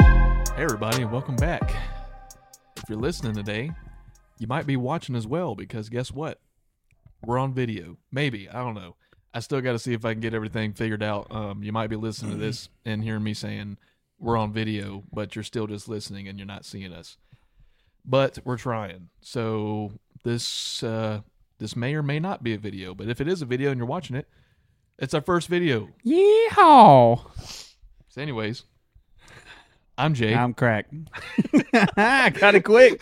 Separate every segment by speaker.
Speaker 1: Hey, everybody, and welcome back. If you're listening today, you might be watching as well because guess what? We're on video. Maybe. I don't know. I still got to see if I can get everything figured out. Um, you might be listening to this
Speaker 2: Mm-hmm.
Speaker 1: and hearing me saying we're on video, but you're still just listening and you're not seeing us. But we're trying. So this uh, this may or may not be a video, but if it is a video and you're watching it, it's our first video.
Speaker 2: Yeehaw!
Speaker 1: So, anyways, I'm Jay.
Speaker 2: I'm cracked. Got it quick.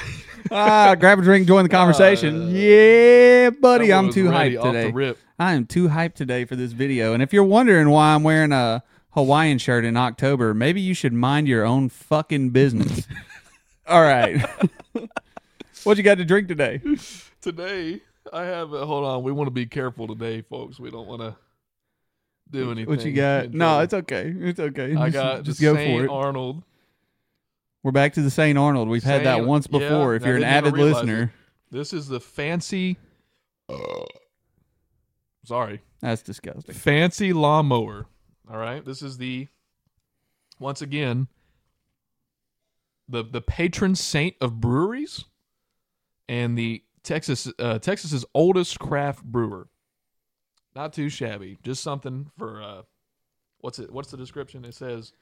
Speaker 2: Ah, grab a drink, join the conversation. yeah, buddy,
Speaker 1: Uh, That one
Speaker 2: I'm
Speaker 1: was
Speaker 2: too
Speaker 1: ready
Speaker 2: hyped
Speaker 1: off the
Speaker 2: today.
Speaker 1: rip.
Speaker 2: I am too hyped today for this video. And if you're wondering why I'm wearing a Hawaiian shirt in October, maybe you should mind your own fucking business. All right. what you got to drink today?
Speaker 1: today I have a hold on. We want to be careful today, folks. We don't want to do anything.
Speaker 2: What you got?
Speaker 1: in
Speaker 2: No, it's
Speaker 1: trouble.
Speaker 2: okay. It's okay.
Speaker 1: I
Speaker 2: Just-
Speaker 1: got
Speaker 2: just
Speaker 1: the
Speaker 2: go
Speaker 1: Saint
Speaker 2: for it.
Speaker 1: Arnold.
Speaker 2: We're back to the St. Arnold. We've had that
Speaker 1: Saint-
Speaker 2: once
Speaker 1: yeah,
Speaker 2: before. if
Speaker 1: I
Speaker 2: you're an
Speaker 1: didn't even
Speaker 2: avid
Speaker 1: realize
Speaker 2: listener,
Speaker 1: it. This is the fancy. uh, Sorry,
Speaker 2: that's disgusting.
Speaker 1: fancy lawnmower. All right, this is the once again the the patron saint of breweries and the Texas uh, Texas's oldest craft brewer. Not too shabby, just something for uh, what's it? What's the description? It says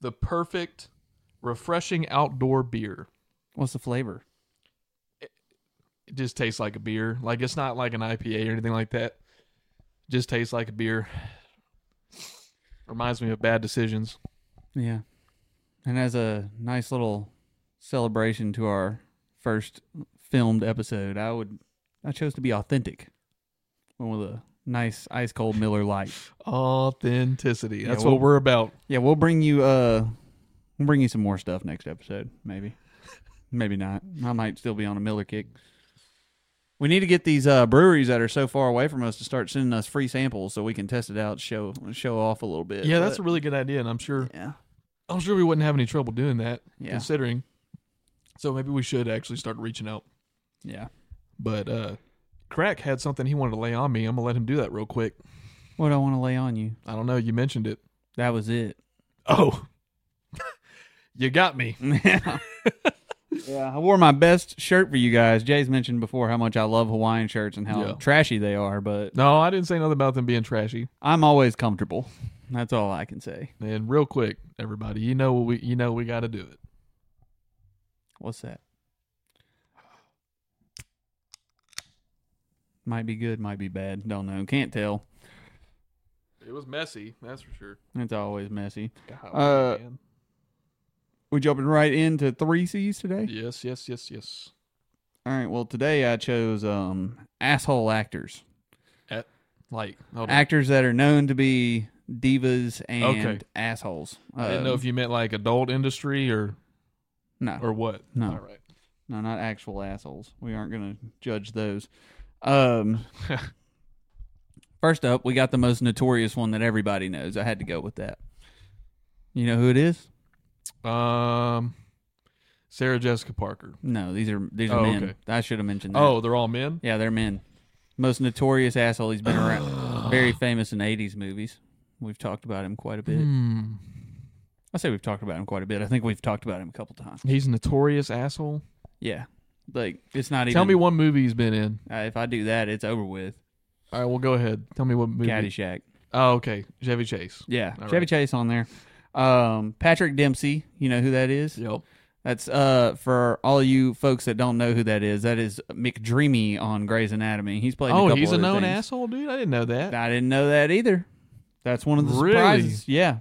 Speaker 1: the perfect, refreshing outdoor beer.
Speaker 2: What's the flavor?
Speaker 1: It just tastes like a beer. Like it's not like an IPA or anything like that. Just tastes like a beer. Reminds me of bad decisions.
Speaker 2: Yeah. And as a nice little celebration to our first filmed episode, I would I chose to be authentic. Went with a nice ice cold Miller Light.
Speaker 1: Authenticity.
Speaker 2: Yeah,
Speaker 1: That's
Speaker 2: well-
Speaker 1: what we're about.
Speaker 2: yeah, we'll bring you uh we'll bring you some more stuff next episode, maybe. maybe not. I might still be on a Miller kick. We need to get these uh, breweries that are so far away from us to start sending us free samples so we can test it out, show show off a little bit.
Speaker 1: Yeah, that's a
Speaker 2: But-
Speaker 1: really good idea, and I'm sure
Speaker 2: yeah.
Speaker 1: I'm sure we wouldn't have any trouble doing that,
Speaker 2: Yeah.
Speaker 1: considering. So maybe we should actually start reaching out.
Speaker 2: Yeah.
Speaker 1: But uh Crack had something he wanted to lay on me. I'm gonna let him do that real quick.
Speaker 2: What do I want to lay on you?
Speaker 1: I don't know. You mentioned it.
Speaker 2: That was it.
Speaker 1: Oh, you got me.
Speaker 2: yeah, I wore my best shirt for you guys. Jay's mentioned before how much I love Hawaiian shirts and how
Speaker 1: Yeah.
Speaker 2: trashy they are, but
Speaker 1: No, I didn't say nothing about them being trashy.
Speaker 2: I'm always comfortable. That's all I can say.
Speaker 1: And real quick, everybody, you know we you know we got to do it.
Speaker 2: What's that? Might be good, might be bad. Don't know. Can't tell.
Speaker 1: It was messy, that's for sure.
Speaker 2: It's always messy.
Speaker 1: God,
Speaker 2: Uh,
Speaker 1: man.
Speaker 2: We jumping right into three C's today.
Speaker 1: yes, yes, yes, yes.
Speaker 2: All right. Well, today I chose um asshole actors,
Speaker 1: Like, hold on.
Speaker 2: actors that are known to be divas and
Speaker 1: Okay.
Speaker 2: assholes. Uh,
Speaker 1: I didn't know if you meant like adult industry or
Speaker 2: no.
Speaker 1: or what.
Speaker 2: No.
Speaker 1: All right.
Speaker 2: No, not actual assholes. We aren't going to judge those. Um, first up, we got the most notorious one that everybody knows. I had to go with that. You know who it is?
Speaker 1: Um, Sarah Jessica Parker.
Speaker 2: No, these are these are
Speaker 1: Oh,
Speaker 2: men.
Speaker 1: okay.
Speaker 2: I should have mentioned that.
Speaker 1: Oh, they're all men.
Speaker 2: yeah, they're men. Most notorious asshole. He's been around. Very famous in '80s movies. We've talked about him quite a bit.
Speaker 1: Hmm.
Speaker 2: I say we've talked about him quite a bit. I think we've talked about him a couple times.
Speaker 1: He's a notorious asshole.
Speaker 2: Yeah, like it's not even.
Speaker 1: Tell me one movie he's been in.
Speaker 2: uh, if I do that, it's over with.
Speaker 1: All right, well, go ahead. Tell me what movie.
Speaker 2: Caddyshack.
Speaker 1: Oh, okay. Chevy Chase.
Speaker 2: Yeah,
Speaker 1: All
Speaker 2: Chevy
Speaker 1: right.
Speaker 2: Chase on there. Um, Patrick Dempsey, you know who that is?
Speaker 1: Yep.
Speaker 2: That's uh for all you folks that don't know who that is. That is McDreamy on Grey's Anatomy. He's played. a
Speaker 1: Oh,
Speaker 2: couple
Speaker 1: he's a
Speaker 2: other
Speaker 1: known
Speaker 2: things.
Speaker 1: asshole, dude. I didn't know that.
Speaker 2: I didn't know that either. That's one of the
Speaker 1: Really?
Speaker 2: surprises. Yeah.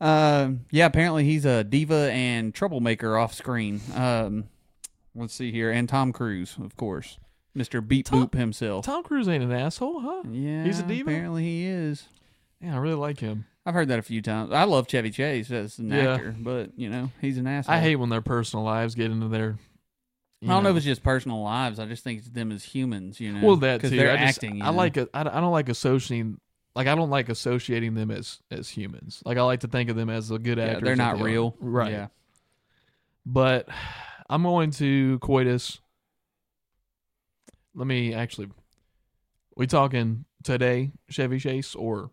Speaker 2: Um. Yeah. Apparently, he's a diva and troublemaker off screen. Um. Let's see here, and Tom Cruise, of course, Mister Beep
Speaker 1: Tom-
Speaker 2: Boop himself.
Speaker 1: Tom Cruise ain't an asshole, huh?
Speaker 2: yeah,
Speaker 1: he's a diva?
Speaker 2: Apparently, he is.
Speaker 1: Yeah, I really like him.
Speaker 2: I've heard that a few times. I love Chevy Chase as an
Speaker 1: Yeah.
Speaker 2: actor, but you know he's an asshole.
Speaker 1: I hate when their personal lives get into their.
Speaker 2: I don't know. if it's just personal lives. I just think it's them as humans. You know.
Speaker 1: well that
Speaker 2: 'cause
Speaker 1: too.
Speaker 2: They're
Speaker 1: I just-
Speaker 2: acting. you
Speaker 1: I
Speaker 2: know?
Speaker 1: like. A, I I don't like associating. Like I don't like associating them as as humans. Like I like to think of them as a good
Speaker 2: Yeah,
Speaker 1: actor.
Speaker 2: they're not real.
Speaker 1: right?
Speaker 2: Yeah.
Speaker 1: but I'm going to coitus. Let me actually. We talking today Chevy Chase or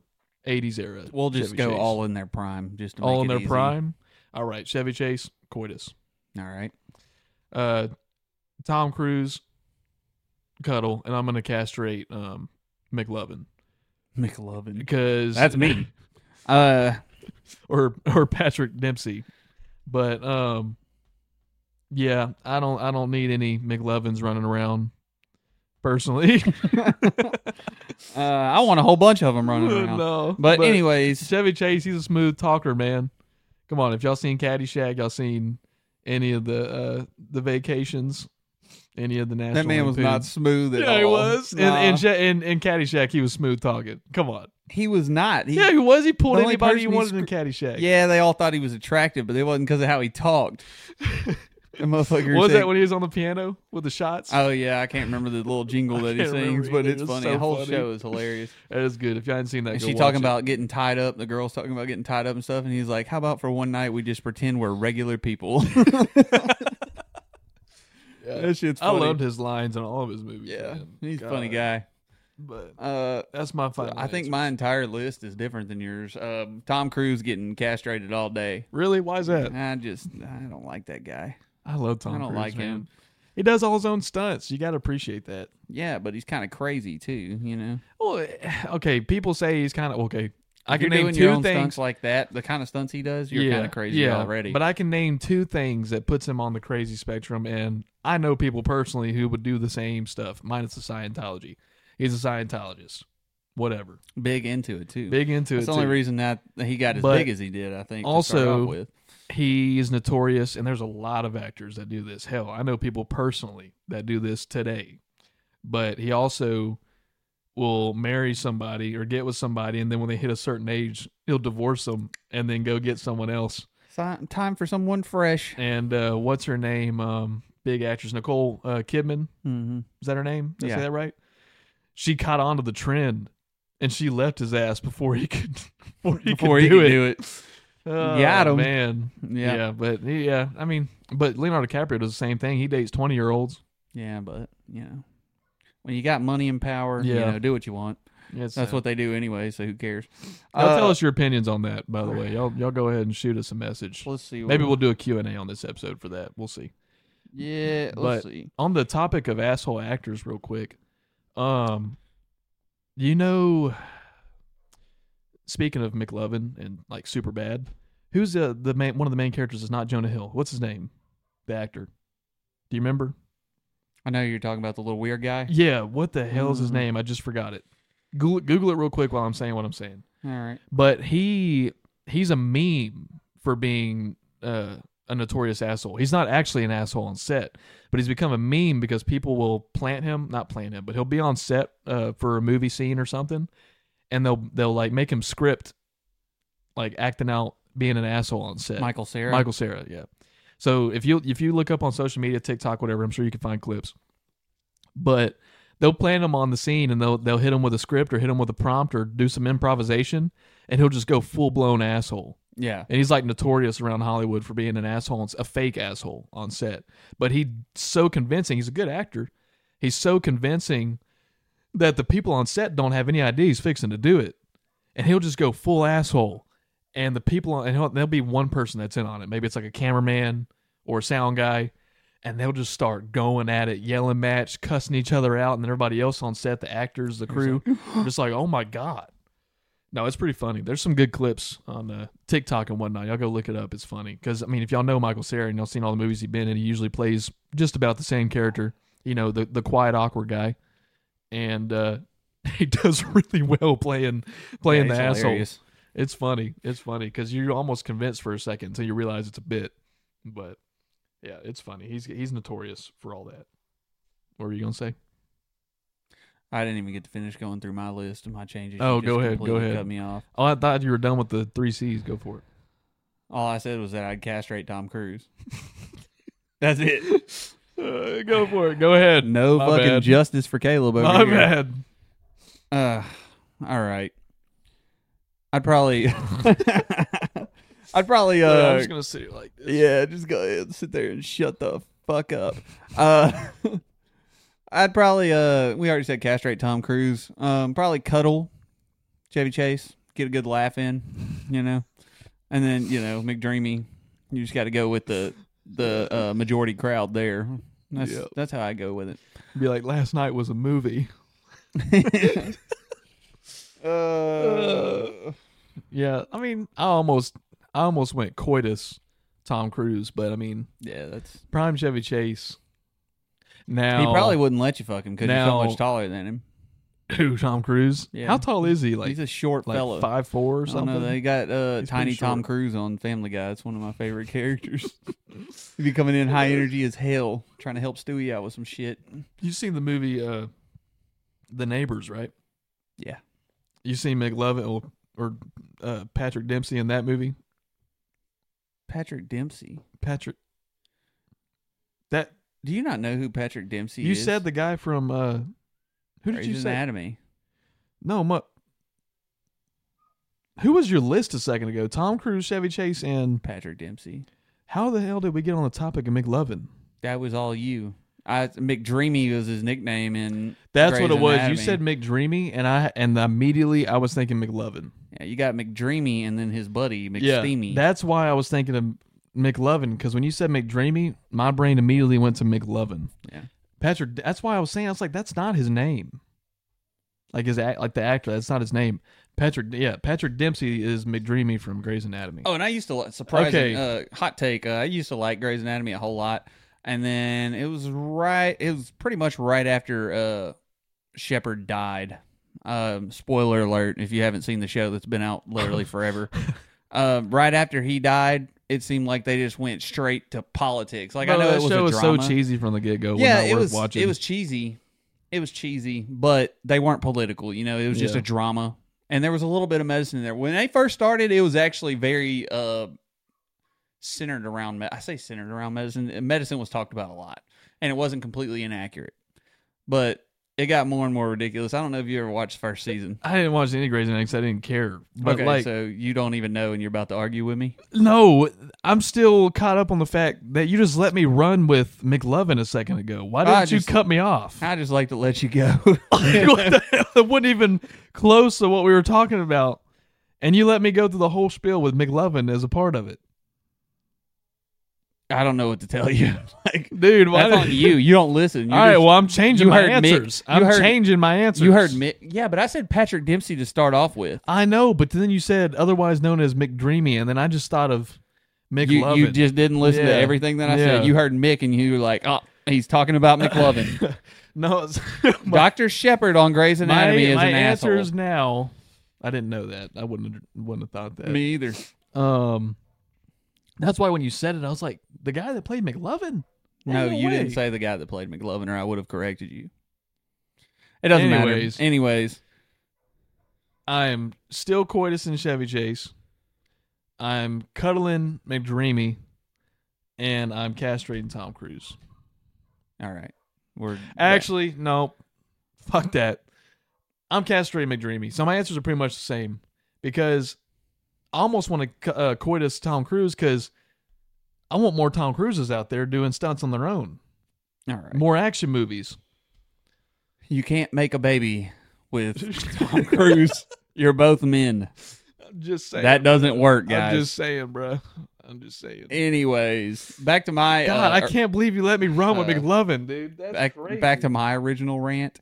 Speaker 1: 80s era?
Speaker 2: We'll just
Speaker 1: Chevy
Speaker 2: go
Speaker 1: Chase?
Speaker 2: all in their prime. Just to
Speaker 1: all
Speaker 2: make
Speaker 1: in
Speaker 2: it
Speaker 1: their
Speaker 2: easy.
Speaker 1: prime. All right, Chevy Chase, coitus.
Speaker 2: All right.
Speaker 1: Uh, Tom Cruise, cuddle, and I'm gonna castrate um McLovin
Speaker 2: McLovin.
Speaker 1: because
Speaker 2: That's me. Uh,
Speaker 1: or or Patrick Dempsey. But um yeah, I don't I don't need any McLovins running around personally.
Speaker 2: uh, I want a whole bunch of them running around.
Speaker 1: no.
Speaker 2: but, anyways,
Speaker 1: Chevy Chase, he's a smooth talker, man. Come on, if y'all seen Caddyshack, y'all seen any of the uh the vacations, any of the national
Speaker 2: that man was
Speaker 1: Lampoons?
Speaker 2: not smooth at all.
Speaker 1: yeah, he was. And
Speaker 2: Nah.
Speaker 1: and, Ja- and and Caddyshack, he was smooth talking. Come on,
Speaker 2: he was not. He-
Speaker 1: yeah, he was. He pulled
Speaker 2: the only
Speaker 1: anybody he
Speaker 2: person he
Speaker 1: wanted in Caddyshack.
Speaker 2: yeah, they all thought he was attractive, but it wasn't because of how he talked. the motherfucker
Speaker 1: was
Speaker 2: said-
Speaker 1: that when he was on the piano with the shots?
Speaker 2: Oh yeah, I can't remember the little jingle
Speaker 1: I
Speaker 2: that he
Speaker 1: can't remember
Speaker 2: sings, but
Speaker 1: either.
Speaker 2: it's
Speaker 1: It's
Speaker 2: funny.
Speaker 1: so
Speaker 2: the whole
Speaker 1: funny.
Speaker 2: show is hilarious.
Speaker 1: That is good. If you hadn't seen that,
Speaker 2: And
Speaker 1: go
Speaker 2: she
Speaker 1: watch
Speaker 2: talking
Speaker 1: it.
Speaker 2: about getting tied up. The girl's talking about getting tied up and stuff. And he's like, "How about for one night we just pretend we're regular people?" That shit's
Speaker 1: I
Speaker 2: funny.
Speaker 1: loved his lines in all of his movies.
Speaker 2: Yeah,
Speaker 1: man.
Speaker 2: he's a
Speaker 1: God.
Speaker 2: funny guy.
Speaker 1: But
Speaker 2: Uh,
Speaker 1: that's my final.
Speaker 2: I think
Speaker 1: answer.
Speaker 2: my entire list is different than yours. Um, Tom Cruise getting castrated all day.
Speaker 1: really why is that?
Speaker 2: I just I don't like that guy.
Speaker 1: I love Tom.
Speaker 2: I don't
Speaker 1: Cruise,
Speaker 2: like
Speaker 1: man.
Speaker 2: him.
Speaker 1: He does all his own stunts. You got to appreciate that.
Speaker 2: Yeah, but he's kind of crazy too. You know,
Speaker 1: Well, okay. People say he's kind of okay. I can
Speaker 2: If you're
Speaker 1: name
Speaker 2: doing your
Speaker 1: two
Speaker 2: own stunts
Speaker 1: things.
Speaker 2: like that. The kind of stunts he does, you're kind of crazy already.
Speaker 1: But I can name two things that puts him on the crazy spectrum, and I know people personally who would do the same stuff. Minus the Scientology. He's a Scientologist. Whatever.
Speaker 2: big into it too.
Speaker 1: Big into it.
Speaker 2: That's the only
Speaker 1: too.
Speaker 2: reason that he got as
Speaker 1: But
Speaker 2: big as he did. I think. to start
Speaker 1: also-
Speaker 2: off with.
Speaker 1: he is notorious and there's a lot of actors that do this hell i know people personally that do this today but he also will marry somebody or get with somebody and then when they hit a certain age he'll divorce them and then go get someone else
Speaker 2: Si- time for someone fresh.
Speaker 1: and uh, what's her name um, big actress nicole uh, kidman
Speaker 2: Mm-hmm.
Speaker 1: is that her name did i
Speaker 2: Yeah.
Speaker 1: say that right she caught on to the trend and she left his ass before he could before he
Speaker 2: Before
Speaker 1: could
Speaker 2: he
Speaker 1: do
Speaker 2: could
Speaker 1: it
Speaker 2: do it.
Speaker 1: Oh,
Speaker 2: Got 'em.
Speaker 1: man. Yeah.
Speaker 2: Yeah.
Speaker 1: but yeah, I mean, but Leonardo DiCaprio does the same thing. He dates twenty year olds.
Speaker 2: Yeah, but you know, when you got money and power, you
Speaker 1: Yeah.
Speaker 2: know, do what you want. That's what they do anyway. So who cares?
Speaker 1: Y'all
Speaker 2: Uh,
Speaker 1: tell us your opinions on that. By the way, y'all y'all go ahead and shoot us a message.
Speaker 2: Let's see.
Speaker 1: Maybe
Speaker 2: what-
Speaker 1: we'll do a Q and A on this episode for that. We'll see.
Speaker 2: Yeah. Let's
Speaker 1: but-
Speaker 2: see.
Speaker 1: On the topic of asshole actors, real quick. Um, you know, speaking of McLovin and like super bad, who's the the main one of the main characters is not Jonah Hill. What's his name? The actor. Do you remember?
Speaker 2: I know you're talking about the little weird guy.
Speaker 1: Yeah, what the hell is his
Speaker 2: Mm.
Speaker 1: name? I just forgot it. Google, Google it real quick while I'm saying what I'm saying.
Speaker 2: All right.
Speaker 1: But he he's a meme for being uh, a notorious asshole. He's not actually an asshole on set, but he's become a meme because people will plant him, not plant him, but he'll be on set uh, for a movie scene or something, and they'll they'll like make him script like acting out being an asshole on set.
Speaker 2: Michael Sarah.
Speaker 1: Michael Sarah, yeah. So if you if you look up on social media, TikTok, whatever, I'm sure you can find clips. But they'll plan him on the scene and they'll they'll hit him with a script or hit him with a prompt or do some improvisation and he'll just go full blown asshole.
Speaker 2: Yeah.
Speaker 1: And he's like notorious around Hollywood for being an asshole, and s- a fake asshole on set. But he's so convincing. He's a good actor. He's so convincing that the people on set don't have any idea he's fixing to do it, and he'll just go full asshole. And the people on and he'll- there'll be one person that's in on it. Maybe it's like a cameraman or a sound guy, and they'll just start going at it, yelling match, cussing each other out, and then everybody else on set, the actors, the crew, just like, oh my god. No, it's pretty funny. There's some good clips on uh, TikTok and whatnot. Y'all go look it up. It's funny because I mean, if y'all know Michael Cera and y'all seen all the movies he's been in, he usually plays just about the same character. You know, the the quiet, awkward guy, and uh, he does really well playing playing
Speaker 2: Yeah,
Speaker 1: the
Speaker 2: he's
Speaker 1: asshole.
Speaker 2: hilarious.
Speaker 1: It's funny. It's funny because you're almost convinced for a second until you realize it's a bit. But yeah, it's funny. He's he's notorious for all that. What were you gonna say?
Speaker 2: I didn't even get to finish going through my list and my changes. You
Speaker 1: Oh,
Speaker 2: just
Speaker 1: go ahead, go
Speaker 2: completely
Speaker 1: ahead.
Speaker 2: Cut me off.
Speaker 1: Oh, I thought you were done with the three C's. Go for it.
Speaker 2: All I said was that I'd castrate Tom Cruise. That's it.
Speaker 1: Uh, go for it. Go ahead.
Speaker 2: No
Speaker 1: My
Speaker 2: fucking
Speaker 1: bad.
Speaker 2: justice for Caleb over
Speaker 1: My
Speaker 2: here.
Speaker 1: bad.
Speaker 2: Uh, all right. I'd probably. I'd probably. Uh,
Speaker 1: Look, I'm just gonna sit here like this.
Speaker 2: yeah, just go ahead and sit there and shut the fuck up. Uh, I'd probably. Uh, we already said castrate Tom Cruise. Um, probably cuddle Chevy Chase. Get a good laugh in, you know, and then you know McDreamy. You just got to go with the the uh, majority crowd there. That's
Speaker 1: Yep.
Speaker 2: that's how I go with it.
Speaker 1: Be like, last night was a movie.
Speaker 2: Uh,
Speaker 1: Yeah, I mean, I almost, I almost went coitus, Tom Cruise, but I mean,
Speaker 2: yeah, that's.
Speaker 1: prime Chevy Chase. Now
Speaker 2: He probably wouldn't let you fuck him because you're so
Speaker 1: Now-
Speaker 2: much taller than him.
Speaker 1: Who, Tom Cruise.
Speaker 2: Yeah.
Speaker 1: How tall is he? Like
Speaker 2: He's a short
Speaker 1: like
Speaker 2: fellow.
Speaker 1: five four or
Speaker 2: I don't
Speaker 1: something.
Speaker 2: know. They got uh,
Speaker 1: He's
Speaker 2: tiny
Speaker 1: pretty
Speaker 2: Tom
Speaker 1: short.
Speaker 2: Cruise on Family Guy. It's one of my favorite characters. He'd be coming in high energy as hell, trying to help Stewie out with some shit.
Speaker 1: You've seen the movie uh, The Neighbors, right?
Speaker 2: Yeah.
Speaker 1: You seen McLovin or, or uh, Patrick Dempsey in that movie?
Speaker 2: Patrick Dempsey.
Speaker 1: Patrick. That
Speaker 2: Do you not know who Patrick Dempsey
Speaker 1: you
Speaker 2: is?
Speaker 1: said the guy from uh, who did
Speaker 2: Grey's
Speaker 1: you say?
Speaker 2: Anatomy.
Speaker 1: No, mu Who was your list a second ago? Tom Cruise, Chevy Chase, and
Speaker 2: Patrick Dempsey.
Speaker 1: how the hell did we get on the topic of McLovin?
Speaker 2: That was all you. I McDreamy was his nickname, and
Speaker 1: That's
Speaker 2: Grey's
Speaker 1: what it was.
Speaker 2: Anatomy.
Speaker 1: You said McDreamy, and I and immediately I was thinking McLovin.
Speaker 2: yeah, you got McDreamy, and then his buddy McSteamy.
Speaker 1: that's why I was thinking of McLovin because when you said McDreamy, my brain immediately went to McLovin.
Speaker 2: Yeah.
Speaker 1: Patrick. That's why I was saying I was like, that's not his name. Like his act, like the actor, that's not his name. Patrick. Yeah, Patrick Dempsey is McDreamy from Grey's Anatomy.
Speaker 2: Oh, and I used to li-
Speaker 1: Okay.
Speaker 2: surprising uh, hot take. Uh, I used to like Grey's Anatomy a whole lot, and then it was right. It was pretty much right after uh, Shepard died. Um, spoiler alert: if you haven't seen the show, that's been out literally forever. uh, right after he died, it seemed like they just went straight to politics. Like I
Speaker 1: Bro,
Speaker 2: know
Speaker 1: that
Speaker 2: it was
Speaker 1: show
Speaker 2: a
Speaker 1: was
Speaker 2: drama.
Speaker 1: so cheesy from the get go.
Speaker 2: yeah,
Speaker 1: not
Speaker 2: it
Speaker 1: worth
Speaker 2: was.
Speaker 1: Watching.
Speaker 2: It was cheesy. It was cheesy, but they weren't political. You know, it was just
Speaker 1: Yeah.
Speaker 2: a drama, and there was a little bit of medicine in there. When they first started, it was actually very uh, centered around. Me- I say centered around medicine. Medicine was talked about a lot, and it wasn't completely inaccurate, but it got more and more ridiculous. I don't know if you ever watched the first season.
Speaker 1: I didn't watch any Grey's Anatomy because I didn't care. But
Speaker 2: okay,
Speaker 1: like,
Speaker 2: so you don't even know, and you're about to argue with me.
Speaker 1: no, I'm still caught up on the fact that you just let me run with McLovin a second ago. Why
Speaker 2: I
Speaker 1: didn't you
Speaker 2: just-
Speaker 1: cut me off?
Speaker 2: I just like to let you go.
Speaker 1: what the hell? That wasn't even close to what we were talking about. And you let me go through the whole spiel with McLovin as a part of it.
Speaker 2: I don't know what to tell you. like
Speaker 1: Dude, why
Speaker 2: that's on
Speaker 1: did-
Speaker 2: you. You don't listen. You're
Speaker 1: All right,
Speaker 2: just-
Speaker 1: well, I'm changing
Speaker 2: you
Speaker 1: my
Speaker 2: heard Mick-
Speaker 1: answers.
Speaker 2: you
Speaker 1: I'm
Speaker 2: heard-
Speaker 1: changing my answers.
Speaker 2: You heard Mick. Yeah, but I said Patrick Dempsey to start off with.
Speaker 1: I know, but then you said otherwise known as McDreamy, and then I just thought of
Speaker 2: You,
Speaker 1: McLovin.
Speaker 2: you just didn't listen
Speaker 1: Yeah.
Speaker 2: to everything that I
Speaker 1: Yeah.
Speaker 2: said. You heard Mick and you were like, oh, he's talking about McLovin.
Speaker 1: no, it's- my,
Speaker 2: Dr. Shepard on Grey's
Speaker 1: my,
Speaker 2: Anatomy is
Speaker 1: my
Speaker 2: an
Speaker 1: answers
Speaker 2: asshole.
Speaker 1: now. I didn't know that. I wouldn't have, wouldn't have thought that.
Speaker 2: Me either.
Speaker 1: Um, that's why when you said it, I was like, the guy that played McLovin.
Speaker 2: No,
Speaker 1: No
Speaker 2: you
Speaker 1: way.
Speaker 2: didn't say the guy that played McLovin or I would have corrected you. It doesn't
Speaker 1: Anyways.
Speaker 2: matter. Anyways,
Speaker 1: I'm still coitus in Chevy Chase. I'm cuddling McDreamy, and I'm castrating Tom Cruise.
Speaker 2: all right. We're
Speaker 1: Actually, no, fuck that. I'm castrating McDreamy. So my answers are pretty much the same because I almost want to uh, coitus Tom Cruise because I want more Tom Cruises out there doing stunts on their own,
Speaker 2: all right.
Speaker 1: more action movies.
Speaker 2: You can't make a baby with Tom Cruise. You're both men.
Speaker 1: I'm just saying.
Speaker 2: That doesn't work, guys.
Speaker 1: I'm just saying, bro. I'm just saying.
Speaker 2: Anyways, back to my
Speaker 1: God,
Speaker 2: uh,
Speaker 1: I can't believe you let me run with
Speaker 2: uh,
Speaker 1: McLovin, dude. That's
Speaker 2: back,
Speaker 1: crazy.
Speaker 2: back to my original rant.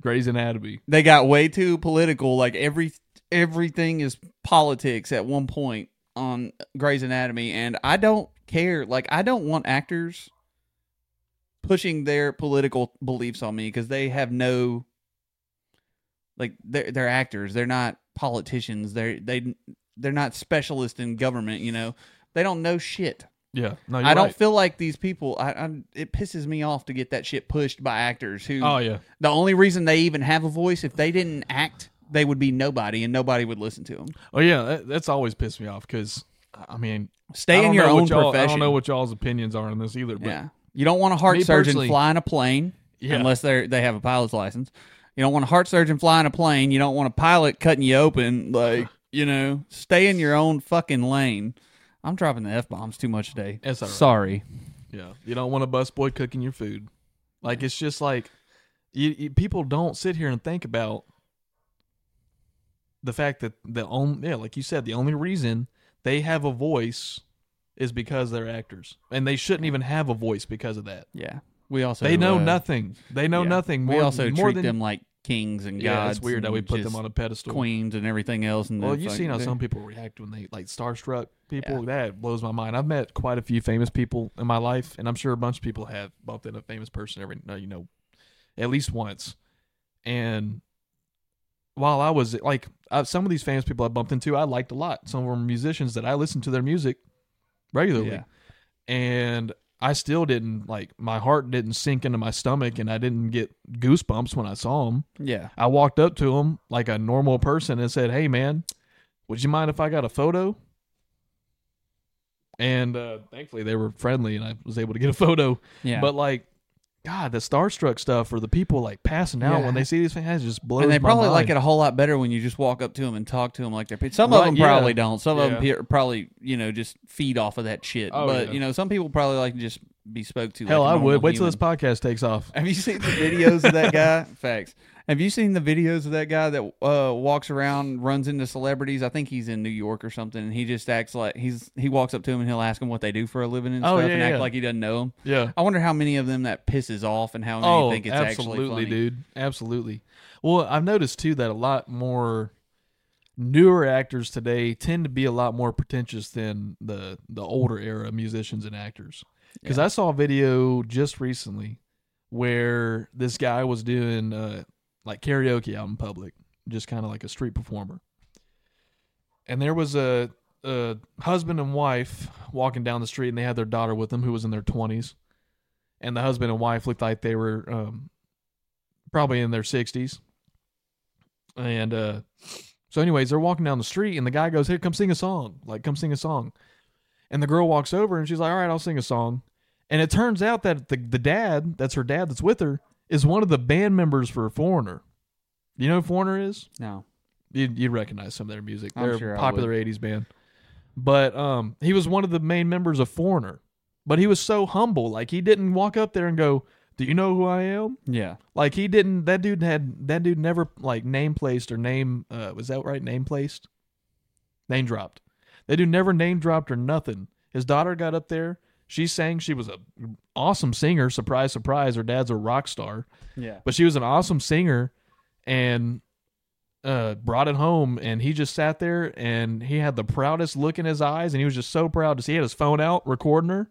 Speaker 1: Grey's Anatomy.
Speaker 2: They got way too political. Like every everything is politics at one point on Grey's Anatomy, and I don't care. Like I don't want actors pushing their political beliefs on me because they have no like they're they're actors. They're not politicians. They're they they're not specialists in government. You know, they don't know shit.
Speaker 1: Yeah, no, Oh, you're
Speaker 2: I don't
Speaker 1: right.
Speaker 2: feel like these people. I, I it pisses me off to get that shit pushed by actors who.
Speaker 1: Oh yeah,
Speaker 2: The only reason they even have a voice, if they didn't act, they would be nobody, and nobody would listen to them.
Speaker 1: oh yeah. That, that's always pissed me off because I mean, I
Speaker 2: Stay in
Speaker 1: don't
Speaker 2: your
Speaker 1: know
Speaker 2: own
Speaker 1: what y'all-
Speaker 2: profession.
Speaker 1: I don't know what y'all's opinions are on this either, but
Speaker 2: yeah, you don't want a heart
Speaker 1: Me
Speaker 2: surgeon
Speaker 1: personally-
Speaker 2: flying a plane
Speaker 1: Yeah.
Speaker 2: unless they they have a pilot's license. You don't want a heart surgeon flying a plane. You don't want a pilot cutting you open. Like you know, stay in your own fucking lane. I'm dropping the f bombs too much today.
Speaker 1: That's all right.
Speaker 2: Sorry.
Speaker 1: yeah, you don't want a busboy cooking your food. Like it's just like you, you, people don't sit here and think about the fact that the only yeah, like you said, the only reason they have a voice is because they're actors, and they shouldn't even have a voice because of that.
Speaker 2: Yeah. We also
Speaker 1: they know
Speaker 2: uh,
Speaker 1: nothing. They know
Speaker 2: yeah.
Speaker 1: nothing. More,
Speaker 2: we also
Speaker 1: more
Speaker 2: treat
Speaker 1: than,
Speaker 2: them like kings and
Speaker 1: Yeah,
Speaker 2: gods.
Speaker 1: it's weird
Speaker 2: and
Speaker 1: that we put
Speaker 2: just
Speaker 1: them on a pedestal.
Speaker 2: queens and everything else. And
Speaker 1: Well,
Speaker 2: then
Speaker 1: you've
Speaker 2: fuck-
Speaker 1: seen how
Speaker 2: they-
Speaker 1: some people react when they like starstruck people. That blows my mind. I've met quite a few famous people in my life, and I'm sure a bunch of people have bumped into a famous person every, no, you know, at least once. And while I was like, I, some of these famous people I bumped into, I liked a lot. Some of them were musicians that I listened to their music regularly,
Speaker 2: Yeah.
Speaker 1: and I still didn't like. My heart didn't sink into my stomach, and I didn't get goosebumps when I saw them.
Speaker 2: Yeah.
Speaker 1: I walked up to him like a normal person and said, "Hey, man, would you mind if I got a photo?" And uh, thankfully, they were friendly, and I was able to get a photo.
Speaker 2: Yeah.
Speaker 1: But like, God, the starstruck stuff or the people like passing out
Speaker 2: Yeah.
Speaker 1: when they see these things it just blows.
Speaker 2: and they
Speaker 1: my
Speaker 2: probably like
Speaker 1: mind.
Speaker 2: it a whole lot better when you just walk up to them and talk to them like they're. pe- Some of
Speaker 1: Right,
Speaker 2: them
Speaker 1: yeah.
Speaker 2: probably don't. Some of them
Speaker 1: Yeah.
Speaker 2: pe- probably you know just feed off of that shit.
Speaker 1: Oh,
Speaker 2: but
Speaker 1: yeah.
Speaker 2: you know some people probably like to just be spoke to.
Speaker 1: Hell,
Speaker 2: like a
Speaker 1: I would
Speaker 2: normal
Speaker 1: wait till
Speaker 2: human.
Speaker 1: this podcast takes off.
Speaker 2: Have you seen the videos of that guy? Facts. Have you seen the videos of that guy that uh, walks around, runs into celebrities? I think he's in New York or something, and he just acts like he's he walks up to him and he'll ask him what they do for a living and
Speaker 1: Oh,
Speaker 2: stuff,
Speaker 1: yeah,
Speaker 2: and act
Speaker 1: yeah.
Speaker 2: like he doesn't know him.
Speaker 1: Yeah.
Speaker 2: I wonder how many of them that pisses off, and how many
Speaker 1: Oh,
Speaker 2: think it's actually
Speaker 1: absolutely,
Speaker 2: funny.
Speaker 1: dude. Absolutely. Well, I've noticed too that a lot more newer actors today tend to be a lot more pretentious than the the older era musicians and actors. Because
Speaker 2: Yeah.
Speaker 1: I saw a video just recently where this guy was doing uh, like karaoke out in public, just kind of like a street performer. And there was a, a husband and wife walking down the street, and they had their daughter with them, who was in their twenties. And the husband and wife looked like they were um, probably in their sixties. And uh, so, anyways, they're walking down the street, and the guy goes, "Here, come sing a song. Like, come sing a song." And the girl walks over, and she's like, "All right, I'll sing a song." And it turns out that the the dad, that's her dad, that's with her, is one of the band members for Foreigner. You know who Foreigner is?
Speaker 2: No,
Speaker 1: You'd, you'd recognize some of their music.
Speaker 2: I'm
Speaker 1: They're
Speaker 2: sure
Speaker 1: a
Speaker 2: I
Speaker 1: popular '80s band. But um, he was one of the main members of Foreigner. But he was so humble, like he didn't walk up there and go, "Do you know who I am?"
Speaker 2: yeah,
Speaker 1: Like he didn't. That dude had that dude never like name placed or name uh, was that right? Name placed, name dropped. That dude never name dropped or nothing. His daughter got up there. She sang. She was a awesome singer. Surprise, surprise. Her dad's a rock star,
Speaker 2: yeah,
Speaker 1: but she was an awesome singer, and uh, brought it home. And he just sat there and he had the proudest look in his eyes, and he was just so proud to see. He had his phone out recording her.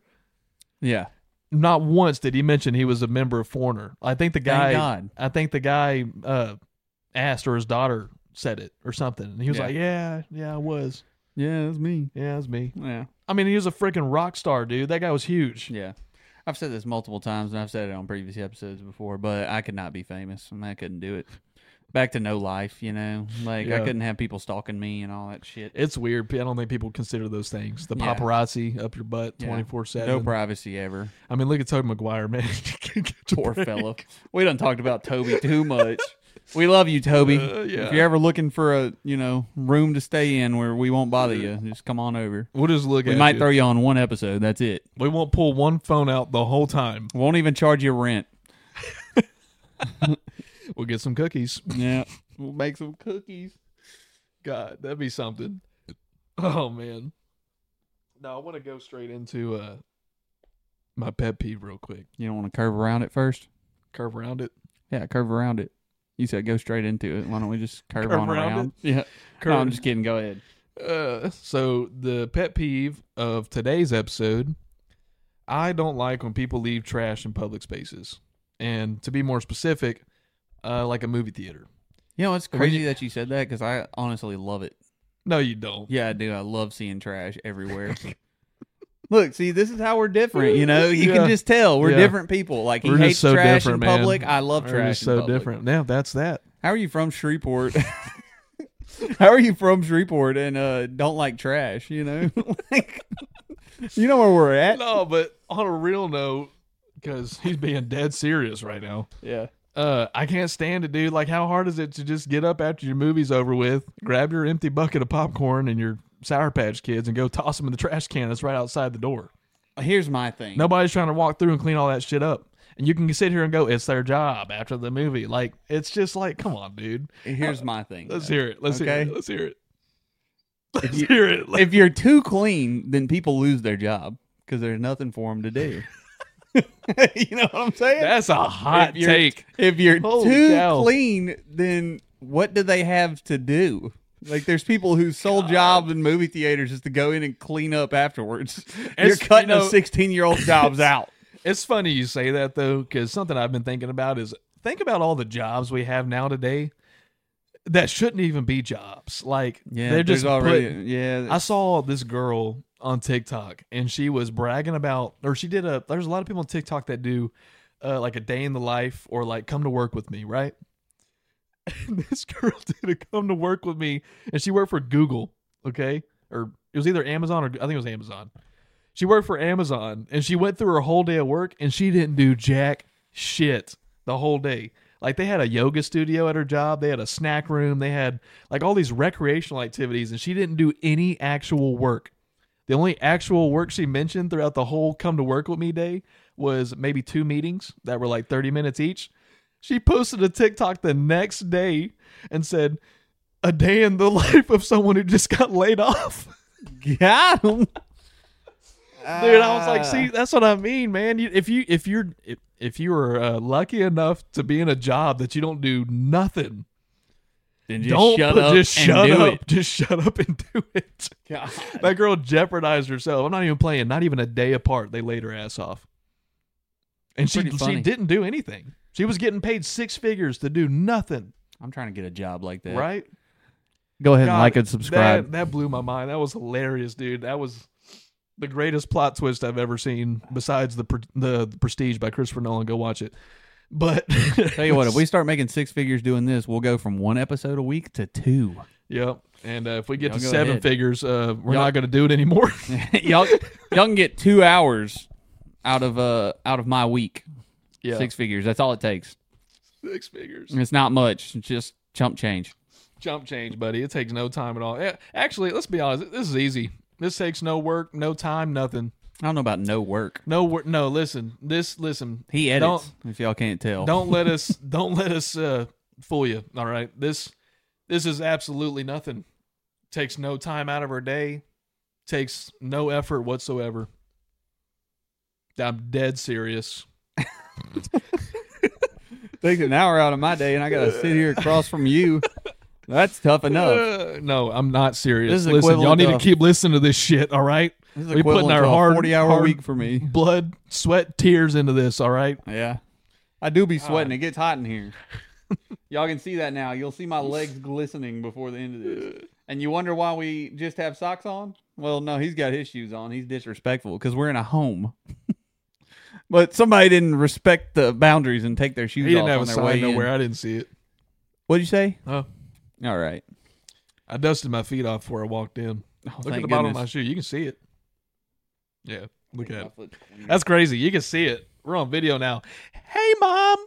Speaker 2: yeah.
Speaker 1: Not once did he mention he was a member of Foreigner. I think the guy.
Speaker 2: Thank God.
Speaker 1: I think the guy uh, asked, or his daughter said it, or something. And he was
Speaker 2: Yeah.
Speaker 1: like, "Yeah, yeah, I was.
Speaker 2: Yeah, that's me.
Speaker 1: Yeah, it's me."
Speaker 2: Yeah,
Speaker 1: I mean, he was a freaking rock star, dude. That guy was huge.
Speaker 2: yeah. I've said this multiple times, and I've said it on previous episodes before, but I could not be famous, and I couldn't do it. Back to no life, you know, like I
Speaker 1: Yeah.
Speaker 2: couldn't have people stalking me and all that shit.
Speaker 1: It's weird. I don't think people consider those things. The
Speaker 2: Yeah.
Speaker 1: paparazzi up your butt
Speaker 2: Yeah.
Speaker 1: twenty four
Speaker 2: No
Speaker 1: seven.
Speaker 2: privacy ever.
Speaker 1: I mean, look at Toby McGuire, man.
Speaker 2: Poor fella. We done talked about Toby too much. We love you, Toby.
Speaker 1: Uh, yeah.
Speaker 2: If you're ever looking for a you know room to stay in where we won't bother you, just come on over.
Speaker 1: We'll just look
Speaker 2: We
Speaker 1: at.
Speaker 2: might
Speaker 1: you.
Speaker 2: throw you on one episode. That's it.
Speaker 1: We won't pull one phone out the whole time.
Speaker 2: Won't even charge you rent.
Speaker 1: We'll get some cookies.
Speaker 2: Yeah, we'll make some cookies.
Speaker 1: God, that'd be something. Oh man. No, I want to go straight into uh my pet peeve real quick.
Speaker 2: You don't want to curve around it first.
Speaker 1: Curve around it.
Speaker 2: Yeah, curve around it. You said go straight into it. Why don't we just curve,
Speaker 1: Curve
Speaker 2: on
Speaker 1: around
Speaker 2: around?
Speaker 1: it?
Speaker 2: Yeah. No, I'm
Speaker 1: Curve.
Speaker 2: just kidding. Go ahead.
Speaker 1: Uh, so the pet peeve of today's episode, I don't like when people leave trash in public spaces, and to be more specific, uh, like a movie theater.
Speaker 2: You know, it's
Speaker 1: When you-
Speaker 2: crazy that you said that because I honestly love it.
Speaker 1: No, you don't.
Speaker 2: Yeah, I do. I love seeing trash everywhere. Look, see, this is how we're different. You know, you
Speaker 1: Yeah.
Speaker 2: can just tell we're
Speaker 1: Yeah.
Speaker 2: different people. Like he
Speaker 1: We're just
Speaker 2: hates
Speaker 1: so
Speaker 2: trash in
Speaker 1: different, man.
Speaker 2: public. I love
Speaker 1: We're
Speaker 2: trash.
Speaker 1: just
Speaker 2: in
Speaker 1: so
Speaker 2: public.
Speaker 1: different. Now that's that.
Speaker 2: How are you from Shreveport? how are you from Shreveport and uh, don't like trash? You know, like you know where we're at.
Speaker 1: No, but on a real note, because he's being dead serious right now.
Speaker 2: Yeah,
Speaker 1: Uh, I can't stand it, dude. Like, how hard is it to just get up after your movie's over with, grab your empty bucket of popcorn and your Sour Patch Kids, and go toss them in the trash can that's right outside the door?
Speaker 2: here's my thing.
Speaker 1: Nobody's trying to walk through and clean all that shit up. And you can sit here and go, it's their job after the movie. Like, it's just like, come on, dude.
Speaker 2: Here's my thing.
Speaker 1: Let's
Speaker 2: though.
Speaker 1: hear it. Let's hear
Speaker 2: Okay.
Speaker 1: it. Let's hear it. Let's hear it. Let-
Speaker 2: if you're too clean, then people lose their job because there's nothing for them to do. you know what I'm saying?
Speaker 1: That's a hot
Speaker 2: If you're-
Speaker 1: take.
Speaker 2: if you're
Speaker 1: Holy
Speaker 2: too
Speaker 1: cow.
Speaker 2: clean, then what do they have to do? Like, there's people whose sole job in movie theaters is to go in and clean up afterwards. you're
Speaker 1: It's- you
Speaker 2: cutting
Speaker 1: know-
Speaker 2: those 16 year old jobs out.
Speaker 1: It's funny you say that though, because something I've been thinking about is think about all the jobs we have now today that shouldn't even be jobs. Like they're just putting-
Speaker 2: yeah.
Speaker 1: I saw this girl on TikTok and she was bragging about, or she did a, there's a lot of people on TikTok that do uh, like a day in the life or like come to work with me, right? And this girl did a come to work with me and she worked for Google, okay? Or it was either Amazon or I think it was Amazon. She worked for Amazon and she went through her whole day at work and she didn't do jack shit the whole day. Like they had a yoga studio at her job, they had a snack room, they had like all these recreational activities and she didn't do any actual work. The only actual work she mentioned throughout the whole come to work with me day was maybe two meetings that were like 30 minutes each. She posted a TikTok the next day and said, A day in the life of someone who just got laid off.
Speaker 2: got 'em.
Speaker 1: Dude, I was like, see,
Speaker 2: Ah.
Speaker 1: that's what I mean, man. You, if you if you're if, if you are uh, lucky enough to be in a job that you don't do nothing,
Speaker 2: Then just
Speaker 1: don't
Speaker 2: shut
Speaker 1: put-
Speaker 2: up
Speaker 1: just
Speaker 2: and
Speaker 1: shut
Speaker 2: do
Speaker 1: up,
Speaker 2: it.
Speaker 1: just shut up and do it. That girl jeopardized herself. I'm not even playing. Not even a day apart. They laid her ass off, and she
Speaker 2: Pretty
Speaker 1: she
Speaker 2: funny.
Speaker 1: didn't do anything. She was getting paid six figures to do nothing.
Speaker 2: I'm trying to get a job like that.
Speaker 1: Right?
Speaker 2: Go ahead and
Speaker 1: God,
Speaker 2: like and subscribe.
Speaker 1: That, that blew my mind. That was hilarious, dude. That was the greatest plot twist I've ever seen, besides the Pre- the Prestige by Christopher Nolan. Go watch it. But
Speaker 2: Tell you what, if we start making six figures doing this, we'll go from one episode a week to two.
Speaker 1: yep. And uh, if we get
Speaker 2: Y'all
Speaker 1: to
Speaker 2: go
Speaker 1: seven
Speaker 2: ahead.
Speaker 1: figures, uh, we're
Speaker 2: Y'all-
Speaker 1: not going to do it anymore.
Speaker 2: y'all, y'all can get two hours out of uh out of my week.
Speaker 1: yeah,
Speaker 2: Six figures. That's all it takes.
Speaker 1: six figures.
Speaker 2: It's not much. It's just chump change.
Speaker 1: jump change, buddy. It takes no time at all. Yeah, Actually, let's be honest. This is easy. This takes no work, no time, nothing.
Speaker 2: I don't know about no work.
Speaker 1: No work. No, listen. This listen.
Speaker 2: He edits.
Speaker 1: Don't-
Speaker 2: if y'all can't tell,
Speaker 1: Don't let us. Don't let us uh, fool you. All right. This. This is absolutely nothing. Takes no time out of her day. Takes no effort whatsoever. I'm dead serious.
Speaker 2: take an hour out of my day, and I gotta sit here across from you. That's tough enough.
Speaker 1: Uh, no, I'm not serious.
Speaker 2: Oh. This is
Speaker 1: listen, y'all
Speaker 2: equivalent
Speaker 1: need
Speaker 2: to
Speaker 1: to
Speaker 2: a-
Speaker 1: keep listening to this shit. All right.
Speaker 2: This is
Speaker 1: We putting
Speaker 2: equivalent
Speaker 1: our
Speaker 2: to a
Speaker 1: hard-
Speaker 2: forty-hour
Speaker 1: hard-
Speaker 2: week for me.
Speaker 1: Blood, sweat, tears into this. All right.
Speaker 2: Yeah, I do be sweating. it gets hot in here. y'all can see that now. You'll see my legs glistening before the end of this. And you wonder why we just have socks on? Well, no, he's got his shoes on. He's disrespectful because we're in a home. but somebody didn't respect the boundaries and take their shoes
Speaker 1: He didn't
Speaker 2: off
Speaker 1: have
Speaker 2: on
Speaker 1: a
Speaker 2: their
Speaker 1: sign
Speaker 2: way
Speaker 1: nowhere.
Speaker 2: in.
Speaker 1: I didn't see it.
Speaker 2: What'd you say?
Speaker 1: Oh,
Speaker 2: All right.
Speaker 1: I dusted my feet off before I walked in.
Speaker 2: Oh,
Speaker 1: Look at
Speaker 2: thank
Speaker 1: the bottom of
Speaker 2: goodness.
Speaker 1: my shoe. You can see it. Yeah, look at it.
Speaker 2: My foot's clean.
Speaker 1: That's crazy. You can see it. We're on video now. Hey, mom.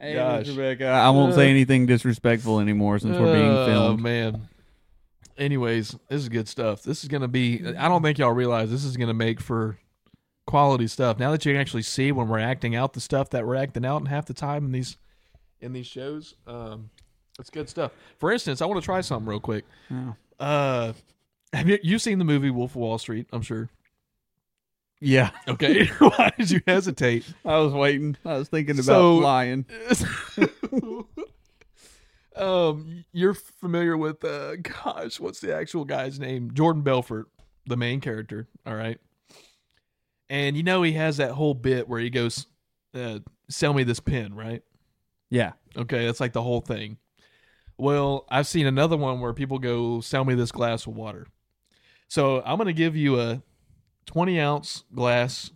Speaker 2: Hey,
Speaker 1: gosh.
Speaker 2: Miss Rebecca, I Uh, won't say anything disrespectful anymore since we're being
Speaker 1: Oh
Speaker 2: filmed.
Speaker 1: man. Anyways, this is good stuff. This is gonna be. I don't think y'all realize this is gonna make for quality stuff. Now that you can actually see when we're acting out the stuff that we're acting out, and half the time in these in these shows, um, it's good stuff. For instance, I want to try something real quick.
Speaker 2: Oh.
Speaker 1: Uh, have you you seen the movie Wolf of Wall Street? I'm sure.
Speaker 2: Yeah,
Speaker 1: Okay, why did you hesitate?
Speaker 2: I was waiting. I was thinking about
Speaker 1: So-
Speaker 2: lying.
Speaker 1: um, you're familiar with uh, gosh, what's the actual guy's name? Jordan Belfort, the main character. All right, and you know he has that whole bit where he goes, uh, "Sell me this pen," right?
Speaker 2: Yeah,
Speaker 1: Okay, that's like the whole thing. Well, I've seen another one where people go, "Sell me this glass of water." So I'm gonna give you a 20 ounce glass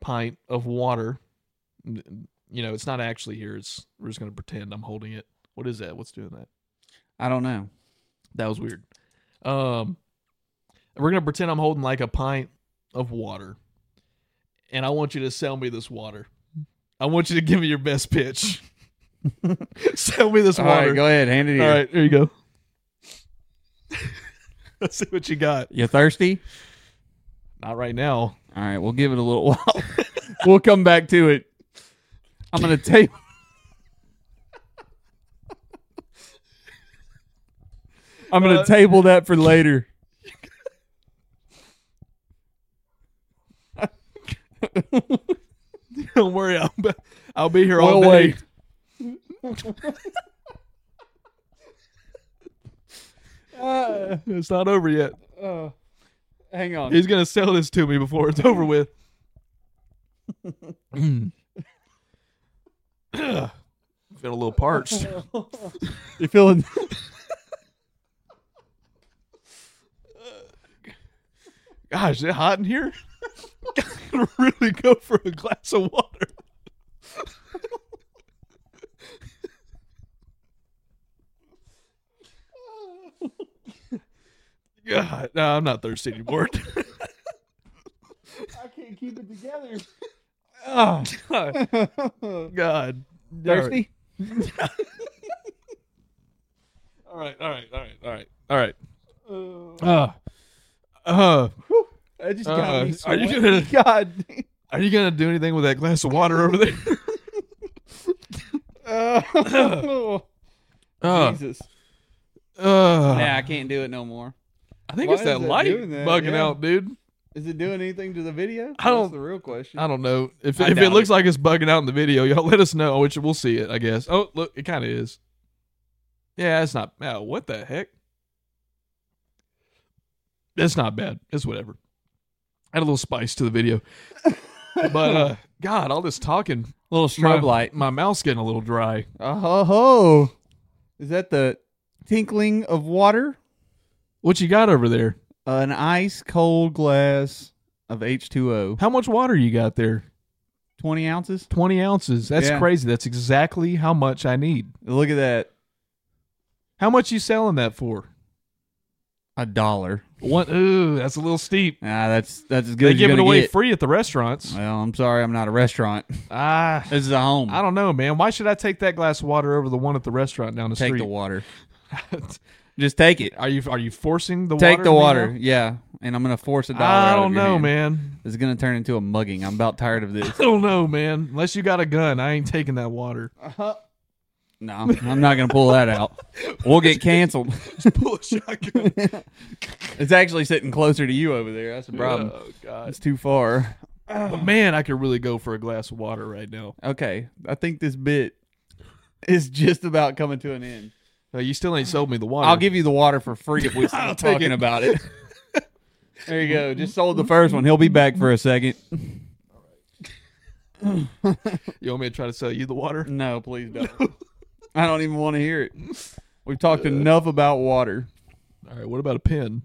Speaker 1: pint of water. N- You know, it's not actually here. It's we're just gonna pretend I'm holding it. What is that? What's doing that?
Speaker 2: I don't know.
Speaker 1: That was weird. Um, we're gonna pretend I'm holding like a pint of water, and I want you to sell me this water. I want you to give me your best pitch. sell me this
Speaker 2: All
Speaker 1: water.
Speaker 2: right, go ahead, hand it here.
Speaker 1: All right, there you go. Let's see what you got.
Speaker 2: You thirsty?
Speaker 1: Not right now.
Speaker 2: All right, we'll give it a little while. we'll come back to it. I'm gonna tell you. I'm gonna table that for later.
Speaker 1: Don't worry, I'll be, I'll be here all
Speaker 2: We'll
Speaker 1: day.
Speaker 2: wait. Uh,
Speaker 1: It's not over yet.
Speaker 2: uh, hang on.
Speaker 1: He's gonna sell this to me before it's over with. Feel a little parched.
Speaker 2: You feeling?
Speaker 1: Gosh, is it hot in here? Gotta really go for a glass of water. God, no, I'm not thirsty anymore.
Speaker 2: I can't keep it together.
Speaker 1: God, God.
Speaker 2: Thirsty?
Speaker 1: All right, all right, all right, all right, all right.
Speaker 2: Uh,
Speaker 1: Uh, uh,
Speaker 2: I just
Speaker 1: Uh,
Speaker 2: got me
Speaker 1: are you
Speaker 2: sweating. God.
Speaker 1: are you gonna do anything with that glass of water over there?
Speaker 2: Uh,
Speaker 1: Uh,
Speaker 2: Jesus.
Speaker 1: uh,
Speaker 2: Nah, I can't do it no more.
Speaker 1: I think
Speaker 2: Why
Speaker 1: it's that
Speaker 2: is it
Speaker 1: light
Speaker 2: doing that?
Speaker 1: bugging
Speaker 2: Yeah.
Speaker 1: out, dude.
Speaker 2: Is it doing anything to the video?
Speaker 1: I don't-
Speaker 2: That's the real question.
Speaker 1: I don't know if
Speaker 2: I
Speaker 1: if it
Speaker 2: doubt
Speaker 1: looks
Speaker 2: it.
Speaker 1: like it's bugging out in the video. Y'all let us know, which we'll see it, I guess. Oh, look, it kind of is. Yeah, it's not. Oh, what the heck? It's not bad. It's whatever. Add a little spice to the video, but uh, God, all this talking,
Speaker 2: Little
Speaker 1: my,
Speaker 2: strobe light.
Speaker 1: my mouth's getting a little dry.
Speaker 2: Oh ho ho! Is that the tinkling of water?
Speaker 1: What you got over there?
Speaker 2: An ice cold glass of H2O.
Speaker 1: How much water you got there?
Speaker 2: 20 ounces?
Speaker 1: 20 ounces. That's
Speaker 2: Yeah.
Speaker 1: crazy. That's exactly how much I need.
Speaker 2: Look at that.
Speaker 1: How much you selling that for?
Speaker 2: A dollar.
Speaker 1: One, ooh, that's a little steep.
Speaker 2: Ah, that's that's as good
Speaker 1: They
Speaker 2: as you're
Speaker 1: give it
Speaker 2: gonna
Speaker 1: away
Speaker 2: get.
Speaker 1: free at the restaurants.
Speaker 2: well, I'm sorry, I'm not a restaurant.
Speaker 1: Ah,
Speaker 2: This is a home.
Speaker 1: I don't know, man. Why should I take that glass of water over the one at the restaurant down the
Speaker 2: take the
Speaker 1: street?
Speaker 2: water. Just take it.
Speaker 1: are you are you forcing the
Speaker 2: Take
Speaker 1: water?
Speaker 2: the
Speaker 1: in me
Speaker 2: water.
Speaker 1: now?
Speaker 2: Yeah, and I'm gonna force a dollar.
Speaker 1: I
Speaker 2: out of
Speaker 1: don't
Speaker 2: your
Speaker 1: know,
Speaker 2: hand.
Speaker 1: man.
Speaker 2: This is gonna turn into a mugging. I'm about tired of this.
Speaker 1: I don't know, man. Unless you got a gun, I ain't taking that water.
Speaker 2: no, I'm not gonna pull that out. We'll get canceled.
Speaker 1: Just pull a shotgun.
Speaker 2: It's actually sitting closer to you over there. That's the problem.
Speaker 1: Oh God,
Speaker 2: It's too far.
Speaker 1: But man, I could really go for a glass of water right now.
Speaker 2: Okay, I think this bit is just about coming to an end.
Speaker 1: Uh, you still ain't sold me the water.
Speaker 2: I'll give you the water for free if we
Speaker 1: I'll
Speaker 2: start
Speaker 1: take
Speaker 2: talking
Speaker 1: it.
Speaker 2: about it. There you go. Just sold the first one. He'll be back for a second.
Speaker 1: You want me to try to sell you the water?
Speaker 2: No, please don't. I don't even want to hear it. We've talked enough about water.
Speaker 1: All right. What about a pen?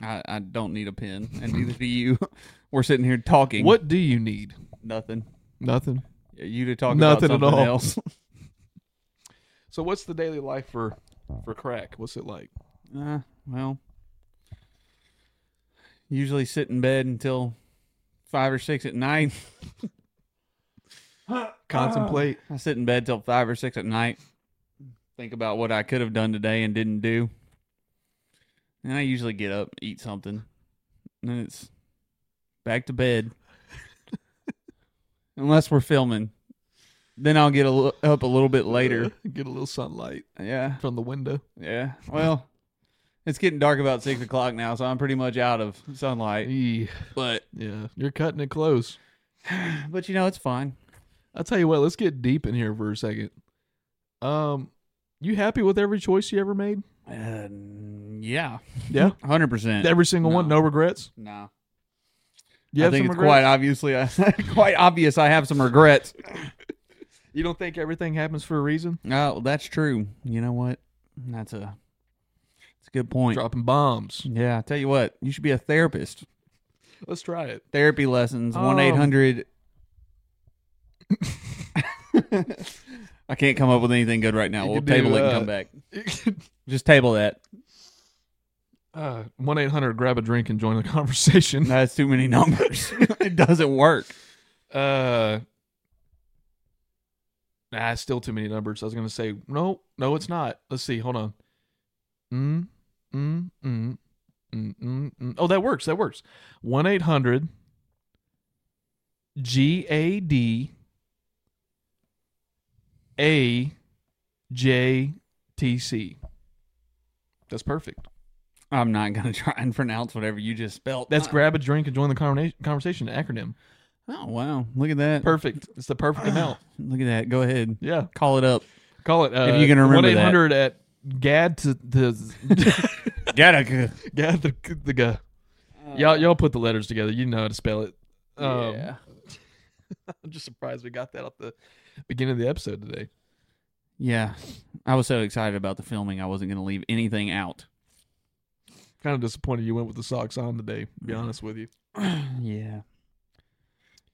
Speaker 2: I, I don't need a pen, and neither do you. We're sitting here talking.
Speaker 1: What do you need?
Speaker 2: Nothing.
Speaker 1: Nothing.
Speaker 2: Yeah, You to talk
Speaker 1: Nothing at
Speaker 2: about something
Speaker 1: all.
Speaker 2: else.
Speaker 1: So what's the daily life for for crack? What's it like?
Speaker 2: Uh, well, usually sit in bed until five or six at night.
Speaker 1: Contemplate.
Speaker 2: I sit in bed till five or six at night, think about what I could have done today and didn't do. And I usually get up, eat something, and then it's back to bed. Unless we're filming, then I'll get a l- up a little bit later.
Speaker 1: Get a little sunlight
Speaker 2: Yeah,
Speaker 1: from the window.
Speaker 2: yeah. Well, it's getting dark about six o'clock now, so I'm pretty much out of sunlight.
Speaker 1: Eeh.
Speaker 2: But
Speaker 1: Yeah, you're cutting it close.
Speaker 2: but you know it's fine.
Speaker 1: I'll tell you what, let's get deep in here for a second. Um, you happy with every choice you ever made?
Speaker 2: Uh, yeah,
Speaker 1: Yeah.
Speaker 2: hundred percent.
Speaker 1: Every single one,
Speaker 2: No.
Speaker 1: no regrets.
Speaker 2: No.
Speaker 1: You
Speaker 2: I
Speaker 1: have
Speaker 2: think
Speaker 1: some
Speaker 2: it's quite
Speaker 1: regrets?
Speaker 2: obviously I, quite obvious I have some regrets.
Speaker 1: You don't think everything happens for a reason?
Speaker 2: Oh, that's true. You know what? That's a that's a good point.
Speaker 1: Dropping bombs.
Speaker 2: Yeah, I tell you what, you should be a therapist.
Speaker 1: Let's try it.
Speaker 2: Therapy lessons
Speaker 1: Um.
Speaker 2: one eight hundred. I can't come up with anything good right now.
Speaker 1: You
Speaker 2: we'll
Speaker 1: could do,
Speaker 2: table it and
Speaker 1: uh,
Speaker 2: come back. Just table that.
Speaker 1: Uh, One eight hundred. Grab a drink and join the conversation.
Speaker 2: That's too many numbers. it doesn't work.
Speaker 1: Uh, nah, it's still too many numbers. I was gonna say no, no, it's not. Let's see. Hold on. Mm, mm, mm, mm, mm, mm. Oh, that works. That works. One eight hundred. G A D. A, J T C. That's perfect.
Speaker 2: I'm not gonna try and pronounce whatever you just spelt.
Speaker 1: That's
Speaker 2: Uh,
Speaker 1: grab a drink and join the conversa- conversation acronym.
Speaker 2: Oh wow! Look at that.
Speaker 1: Perfect. It's the perfect amount.
Speaker 2: Look at that. Go ahead.
Speaker 1: Yeah.
Speaker 2: Call it up.
Speaker 1: Call it. Uh,
Speaker 2: If you can remember that.
Speaker 1: 1-800 at GAD to, to
Speaker 2: Gotta.
Speaker 1: GAD the, the guy. Y'all, y'all put the letters together. You know how to spell it. Um,
Speaker 2: yeah.
Speaker 1: I'm just surprised we got that at the beginning of the episode today.
Speaker 2: Yeah. I was so excited about the filming, I wasn't gonna leave anything out.
Speaker 1: Kind of disappointed you went with the socks on today. To be honest with you.
Speaker 2: yeah.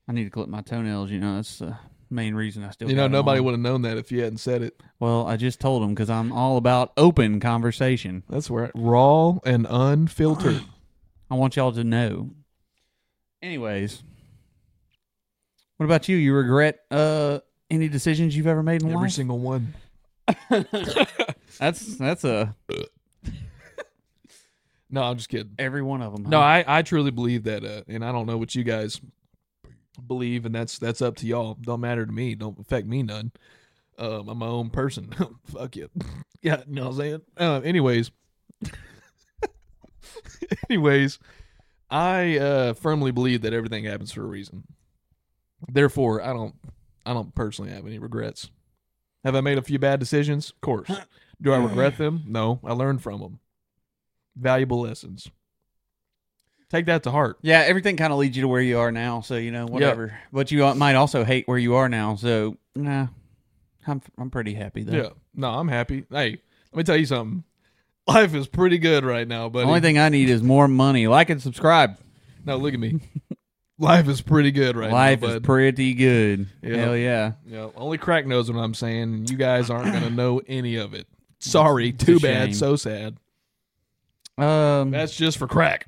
Speaker 2: I need to clip my toenails. You know, that's the main reason I still.
Speaker 1: You
Speaker 2: got
Speaker 1: know,
Speaker 2: 'em
Speaker 1: nobody
Speaker 2: on.
Speaker 1: would have known that if you hadn't said it.
Speaker 2: Well, I just told them because I'm all about open conversation.
Speaker 1: That's right. Raw and unfiltered.
Speaker 2: I want y'all to know. Anyways, what about you? You regret uh any decisions you've ever made in
Speaker 1: Every
Speaker 2: life?
Speaker 1: single one.
Speaker 2: that's that's a
Speaker 1: No, I'm just kidding.
Speaker 2: every one of them.
Speaker 1: No, I, I truly believe that, uh, and I don't know what you guys believe, and that's that's up to y'all. Don't matter to me. Don't affect me none. Um, I'm my own person. Fuck you. yeah, you know what I'm saying. Uh, anyways, anyways, I uh, firmly believe that everything happens for a reason. Therefore, I don't I don't personally have any regrets. Have I made a few bad decisions? Of course. Do I regret them? No. I learned from them. Valuable lessons. Take that to heart.
Speaker 2: yeah, everything kind of leads you to where you are now. So you know, whatever. But you might also hate where you are now. So nah, I'm I'm pretty happy though.
Speaker 1: Yeah. No, I'm happy. Hey, let me tell you something. Life is pretty good right now,
Speaker 2: The
Speaker 1: buddy.
Speaker 2: only thing I need is more money. Like and subscribe.
Speaker 1: no, look at me. Life is pretty good right
Speaker 2: Life
Speaker 1: now,
Speaker 2: is
Speaker 1: bud.
Speaker 2: pretty good.
Speaker 1: Yeah.
Speaker 2: Hell yeah.
Speaker 1: yeah, only crack knows what I'm saying. You guys aren't gonna know any of it. Sorry, too
Speaker 2: a
Speaker 1: bad,
Speaker 2: shame.
Speaker 1: so sad.
Speaker 2: Um,
Speaker 1: That's just for crack.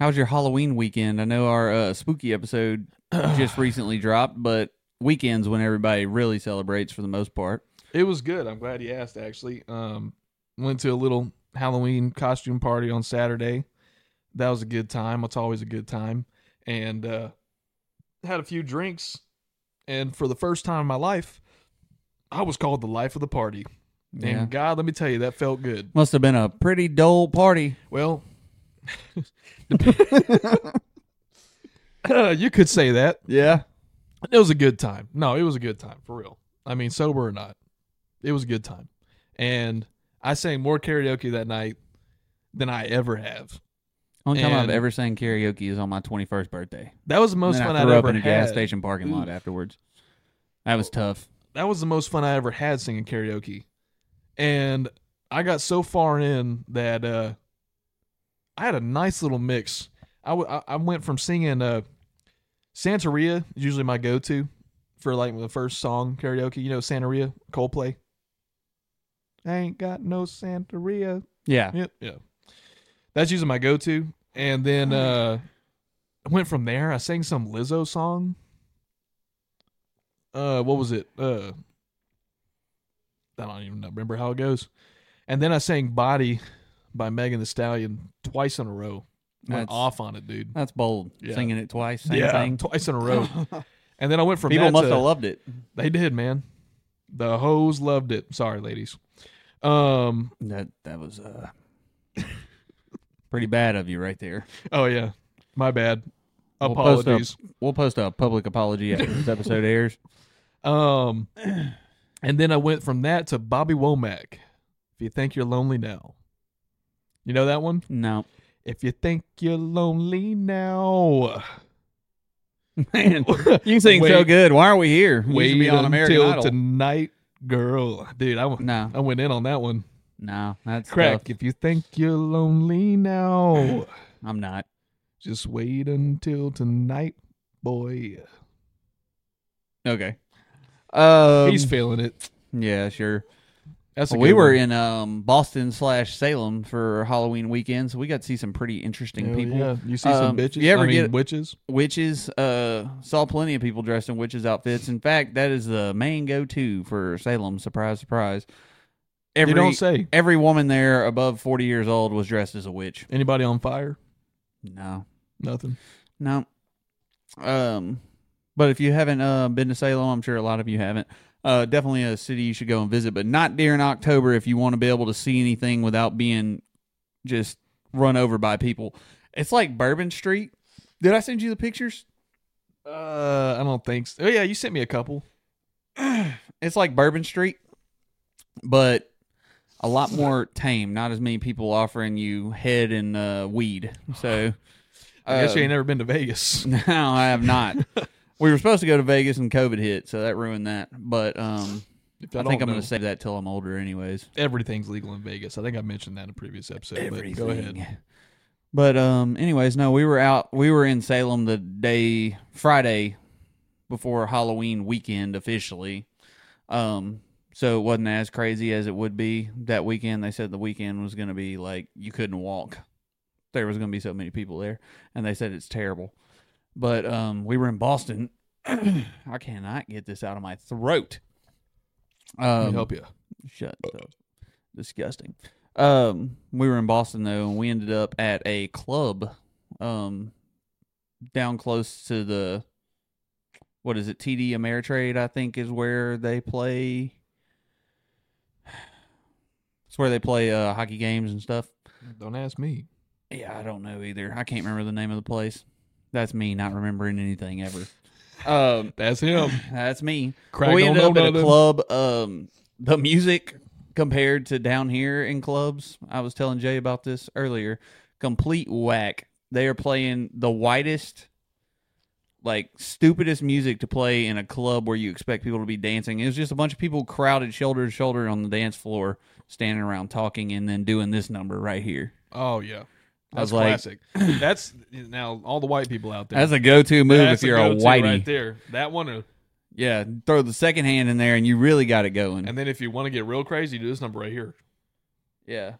Speaker 2: How was your Halloween weekend? I know our uh, spooky episode just recently dropped, but weekends when everybody really celebrates for the most part.
Speaker 1: It was good. I'm glad you asked. Actually, um, went to a little Halloween costume party on Saturday. That was a good time. It's always a good time. And uh, had a few drinks. And for the first time in my life, I was called the life of the party.
Speaker 2: Yeah.
Speaker 1: And God, let me tell you, that felt good.
Speaker 2: Must have been a pretty dull party.
Speaker 1: Well, you could say that.
Speaker 2: Yeah.
Speaker 1: It was a good time. No, it was a good time for real. I mean, sober or not, it was a good time. And I sang more karaoke that night than I ever have.
Speaker 2: Only time I've
Speaker 1: And-
Speaker 2: ever sang karaoke is on my 21st birthday.
Speaker 1: That was the most
Speaker 2: And then
Speaker 1: fun
Speaker 2: I
Speaker 1: I'd
Speaker 2: threw up
Speaker 1: ever
Speaker 2: in a gas
Speaker 1: had. Mm.
Speaker 2: station parking lot afterwards. That was tough.
Speaker 1: That was the most fun I ever had singing karaoke. And I got so far in that uh, I had a nice little mix. I, w- I- I went from singing uh, Santeria, is usually my go to for like the first song karaoke. You know, Santeria, Coldplay. I ain't got no Santeria.
Speaker 2: Yeah.
Speaker 1: Yep. Yeah. That's usually my go to. And then uh I went from there. I sang some Lizzo song. Uh what was it? Uh I don't even remember how it goes. And then I sang Body by Megan the Stallion twice in a row. Went
Speaker 2: That's-
Speaker 1: off on it, dude.
Speaker 2: That's bold.
Speaker 1: Yeah.
Speaker 2: Singing it twice, same
Speaker 1: yeah,
Speaker 2: thing.
Speaker 1: twice in a row. and then I went from
Speaker 2: People
Speaker 1: that
Speaker 2: must
Speaker 1: to-
Speaker 2: have loved it.
Speaker 1: They did, man. The hoes loved it. Sorry, ladies. Um
Speaker 2: That that was uh pretty bad of you right there.
Speaker 1: oh yeah. My bad.
Speaker 2: We'll post up-
Speaker 1: Apologies.
Speaker 2: We'll post a public apology after this episode airs.
Speaker 1: Um, and then I went from that to Bobby Womack. If you think you're lonely now, you know that one.
Speaker 2: No.
Speaker 1: If you think you're lonely now,
Speaker 2: Man, you can sing so
Speaker 1: Wait.
Speaker 2: good. Why are we here? You should
Speaker 1: wait
Speaker 2: be on American
Speaker 1: until
Speaker 2: Idol.
Speaker 1: tonight, girl. Dude, I, w-
Speaker 2: no,
Speaker 1: I went in on that one.
Speaker 2: no, that's
Speaker 1: Crack.
Speaker 2: tough.
Speaker 1: If you think you're lonely now,
Speaker 2: I'm not.
Speaker 1: just wait until tonight, boy.
Speaker 2: Okay. Um,
Speaker 1: He's feeling it.
Speaker 2: yeah, sure.
Speaker 1: That's a
Speaker 2: we
Speaker 1: good
Speaker 2: were
Speaker 1: one.
Speaker 2: in um, Boston slash Salem for Halloween weekend, so we got to see some pretty interesting
Speaker 1: Hell
Speaker 2: people.
Speaker 1: yeah. You see
Speaker 2: Um,
Speaker 1: some bitches.
Speaker 2: you ever
Speaker 1: I mean,
Speaker 2: get-
Speaker 1: witches.
Speaker 2: Witches. Uh, saw plenty of people dressed in witches outfits. In fact, that is the main go-to for Salem. Surprise, surprise. Every
Speaker 1: You don't say.
Speaker 2: every woman there above forty years old was dressed as a witch.
Speaker 1: Anybody on fire?
Speaker 2: No,
Speaker 1: Nothing.
Speaker 2: No. Um, but if you haven't uh, been to Salem, I'm sure a lot of you haven't. Uh, definitely a city you should go and visit, but not during October if you want to be able to see anything without being just run over by people. It's like Bourbon Street. Did I send you the pictures?
Speaker 1: Uh, I don't think. So. Oh yeah, you sent me a couple.
Speaker 2: It's like Bourbon Street, but a lot more tame. Not as many people offering you head and uh, weed. So
Speaker 1: I guess you ain't never been to Vegas.
Speaker 2: No, Uh, I have not. we were supposed to go to Vegas and COVID hit, so that ruined that. But um,
Speaker 1: If
Speaker 2: I,
Speaker 1: I,
Speaker 2: think
Speaker 1: don't
Speaker 2: I'm going
Speaker 1: know.
Speaker 2: to save that till I'm older, anyways.
Speaker 1: everything's legal in Vegas. I think I mentioned that in a previous episode. But go ahead.
Speaker 2: But um, anyways, no, we were out. We were in Salem the day Friday before Halloween weekend officially. Um, so it wasn't as crazy as it would be that weekend. They said the weekend was going to be like you couldn't walk. There was going to be so many people there, and they said it's terrible. But um, we were in Boston. I cannot get this out of my throat.
Speaker 1: Let me
Speaker 2: Um,
Speaker 1: help you.
Speaker 2: Shut up. Disgusting. Um, we were in Boston though, and we ended up at a club, um, down close to the, what is it, TD Ameritrade? I think is where they play. It's where they play uh, hockey games and stuff.
Speaker 1: Don't ask me.
Speaker 2: Yeah, I don't know either. I can't remember the name of the place. That's me not remembering anything ever. Um,
Speaker 1: That's him.
Speaker 2: that's me.
Speaker 1: Craig
Speaker 2: we
Speaker 1: don't
Speaker 2: ended
Speaker 1: know
Speaker 2: up at a
Speaker 1: nothing.
Speaker 2: club. Um, the music compared to down here in clubs, I was telling Jay about this earlier. Complete whack. They are playing the whitest, like stupidest music to play in a club where you expect people to be dancing. It was just a bunch of people crowded shoulder to shoulder on the dance floor, standing around talking, and then doing this number right here.
Speaker 1: Oh yeah,
Speaker 2: I was
Speaker 1: that's
Speaker 2: like-
Speaker 1: classic. that's now all the white people out there.
Speaker 2: That's a go-to move
Speaker 1: That's
Speaker 2: if you're a,
Speaker 1: go-to
Speaker 2: whitey.
Speaker 1: right there. That one, uh, or-
Speaker 2: Yeah, throw the second hand in there, and you really got it going.
Speaker 1: and then if you want to get real crazy, do this number right here.
Speaker 2: Yeah.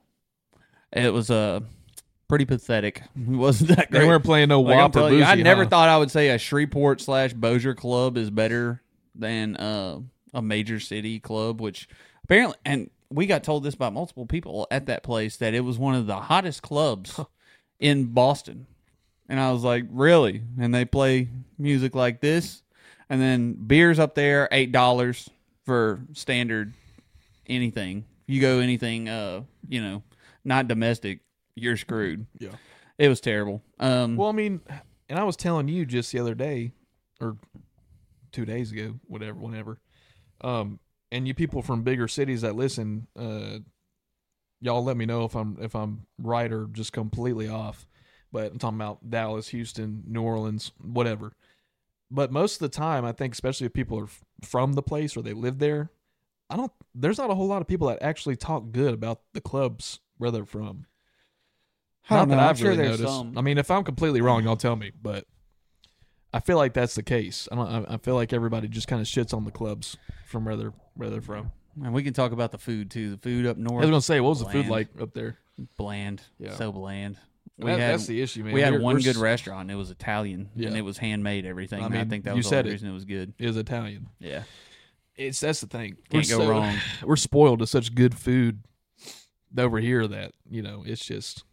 Speaker 2: It was uh pretty pathetic. It wasn't that great.
Speaker 1: They weren't playing no
Speaker 2: Like, I'm
Speaker 1: whop or
Speaker 2: telling you, I
Speaker 1: Boosie,
Speaker 2: never
Speaker 1: huh?
Speaker 2: thought I would say a Shreveport slash Bossier club is better than uh, a major city club, which apparently, and we got told this by multiple people at that place that it was one of the hottest clubs in Boston. And I was like, really? And they play music like this, and then beers up there, eight dollars for standard anything. You go anything, uh, you know, not domestic, you're screwed.
Speaker 1: Yeah.
Speaker 2: It was terrible. Um,
Speaker 1: Well, I mean, and I was telling you just the other day, or two days ago, whatever, whenever. Um, and you people from bigger cities that listen, uh, y'all let me know if I'm if I'm right or just completely off. But I'm talking about Dallas, Houston, New Orleans, whatever. But most of the time, I think, especially if people are f- from the place or they live there, I don't. There's not a whole lot of people that actually talk good about the clubs where they're from.
Speaker 2: I
Speaker 1: Not
Speaker 2: don't know.
Speaker 1: that
Speaker 2: I'm
Speaker 1: I've
Speaker 2: sure
Speaker 1: really
Speaker 2: there's
Speaker 1: noticed.
Speaker 2: some.
Speaker 1: I mean, if I'm completely wrong, y'all tell me. But I feel like that's the case. I don't. I- I feel like everybody just kind of shits on the clubs from where they're where they're from.
Speaker 2: And we can talk about the food too. The food up
Speaker 1: I
Speaker 2: north,
Speaker 1: was gonna say, what was the food
Speaker 2: Bland.
Speaker 1: like up there?
Speaker 2: bland,
Speaker 1: Yeah.
Speaker 2: so bland.
Speaker 1: And
Speaker 2: We
Speaker 1: that-
Speaker 2: had
Speaker 1: that's the issue, man.
Speaker 2: we had
Speaker 1: We're-
Speaker 2: one
Speaker 1: we're
Speaker 2: good
Speaker 1: s-
Speaker 2: restaurant. and It was Italian,
Speaker 1: Yeah.
Speaker 2: and it was handmade everything.
Speaker 1: I
Speaker 2: and I
Speaker 1: mean,
Speaker 2: think that
Speaker 1: you
Speaker 2: was the
Speaker 1: said
Speaker 2: only
Speaker 1: it.
Speaker 2: reason it was good.
Speaker 1: Is Italian.
Speaker 2: Yeah,
Speaker 1: It's that's the thing.
Speaker 2: can't go
Speaker 1: so-
Speaker 2: wrong.
Speaker 1: We're spoiled to such good food over here that you know it's just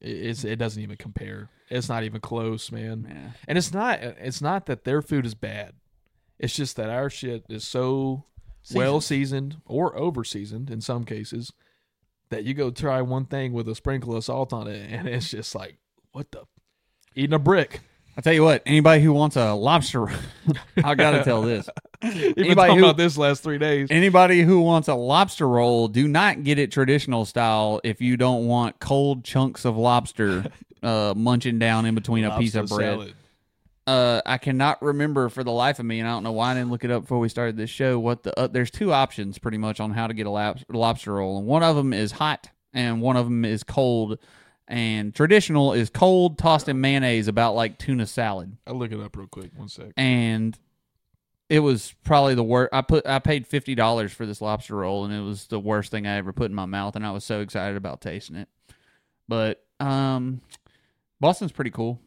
Speaker 1: it, it's it doesn't even compare. It's not even close, man.
Speaker 2: Yeah.
Speaker 1: And it's not it's not that their food is bad. It's just that our shit is so well seasoned or over seasoned in some cases that you go try one thing with a sprinkle of salt on it and it's just like what the eating a brick.
Speaker 2: I tell you what, anybody who wants a lobster, I gotta tell this.
Speaker 1: You've been
Speaker 2: Anybody
Speaker 1: talking
Speaker 2: who-
Speaker 1: about this last three days.
Speaker 2: Anybody who wants a lobster roll, do not get it traditional style if you don't want cold chunks of lobster uh, munching down in between a piece of
Speaker 1: Lobster
Speaker 2: bread.
Speaker 1: salad.
Speaker 2: uh, I cannot remember for the life of me, and I don't know why I didn't look it up before we started this show. What the uh, there's two options pretty much on how to get a lab, lobster roll, and one of them is hot, and one of them is cold. And traditional is cold, tossed in mayonnaise, about like tuna salad.
Speaker 1: I'll look it up real quick. One sec.
Speaker 2: And it was probably the worst. I put I paid fifty dollars for this lobster roll, and it was the worst thing I ever put in my mouth. And I was so excited about tasting it. But um, Boston's pretty cool.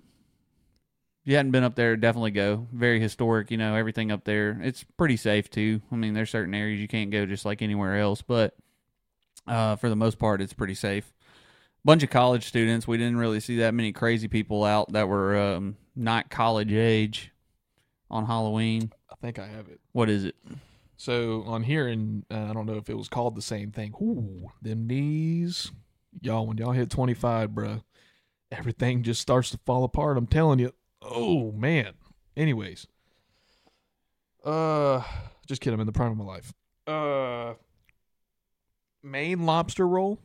Speaker 2: If you hadn't been up there, definitely go. Very historic, you know, everything up there. It's pretty safe too. I mean, there's certain areas you can't go just like anywhere else, but uh, for the most part, it's pretty safe. Bunch of college students. We didn't really see that many crazy people out that were um, not college age on Halloween.
Speaker 1: I think I have it.
Speaker 2: What is it?
Speaker 1: So on here, and uh, I don't know if it was called the same thing. Ooh, them knees. y'all when y'all hit 25 bruh everything just starts to fall apart i'm telling you oh man anyways uh just kidding i'm in the prime of my life uh maine lobster roll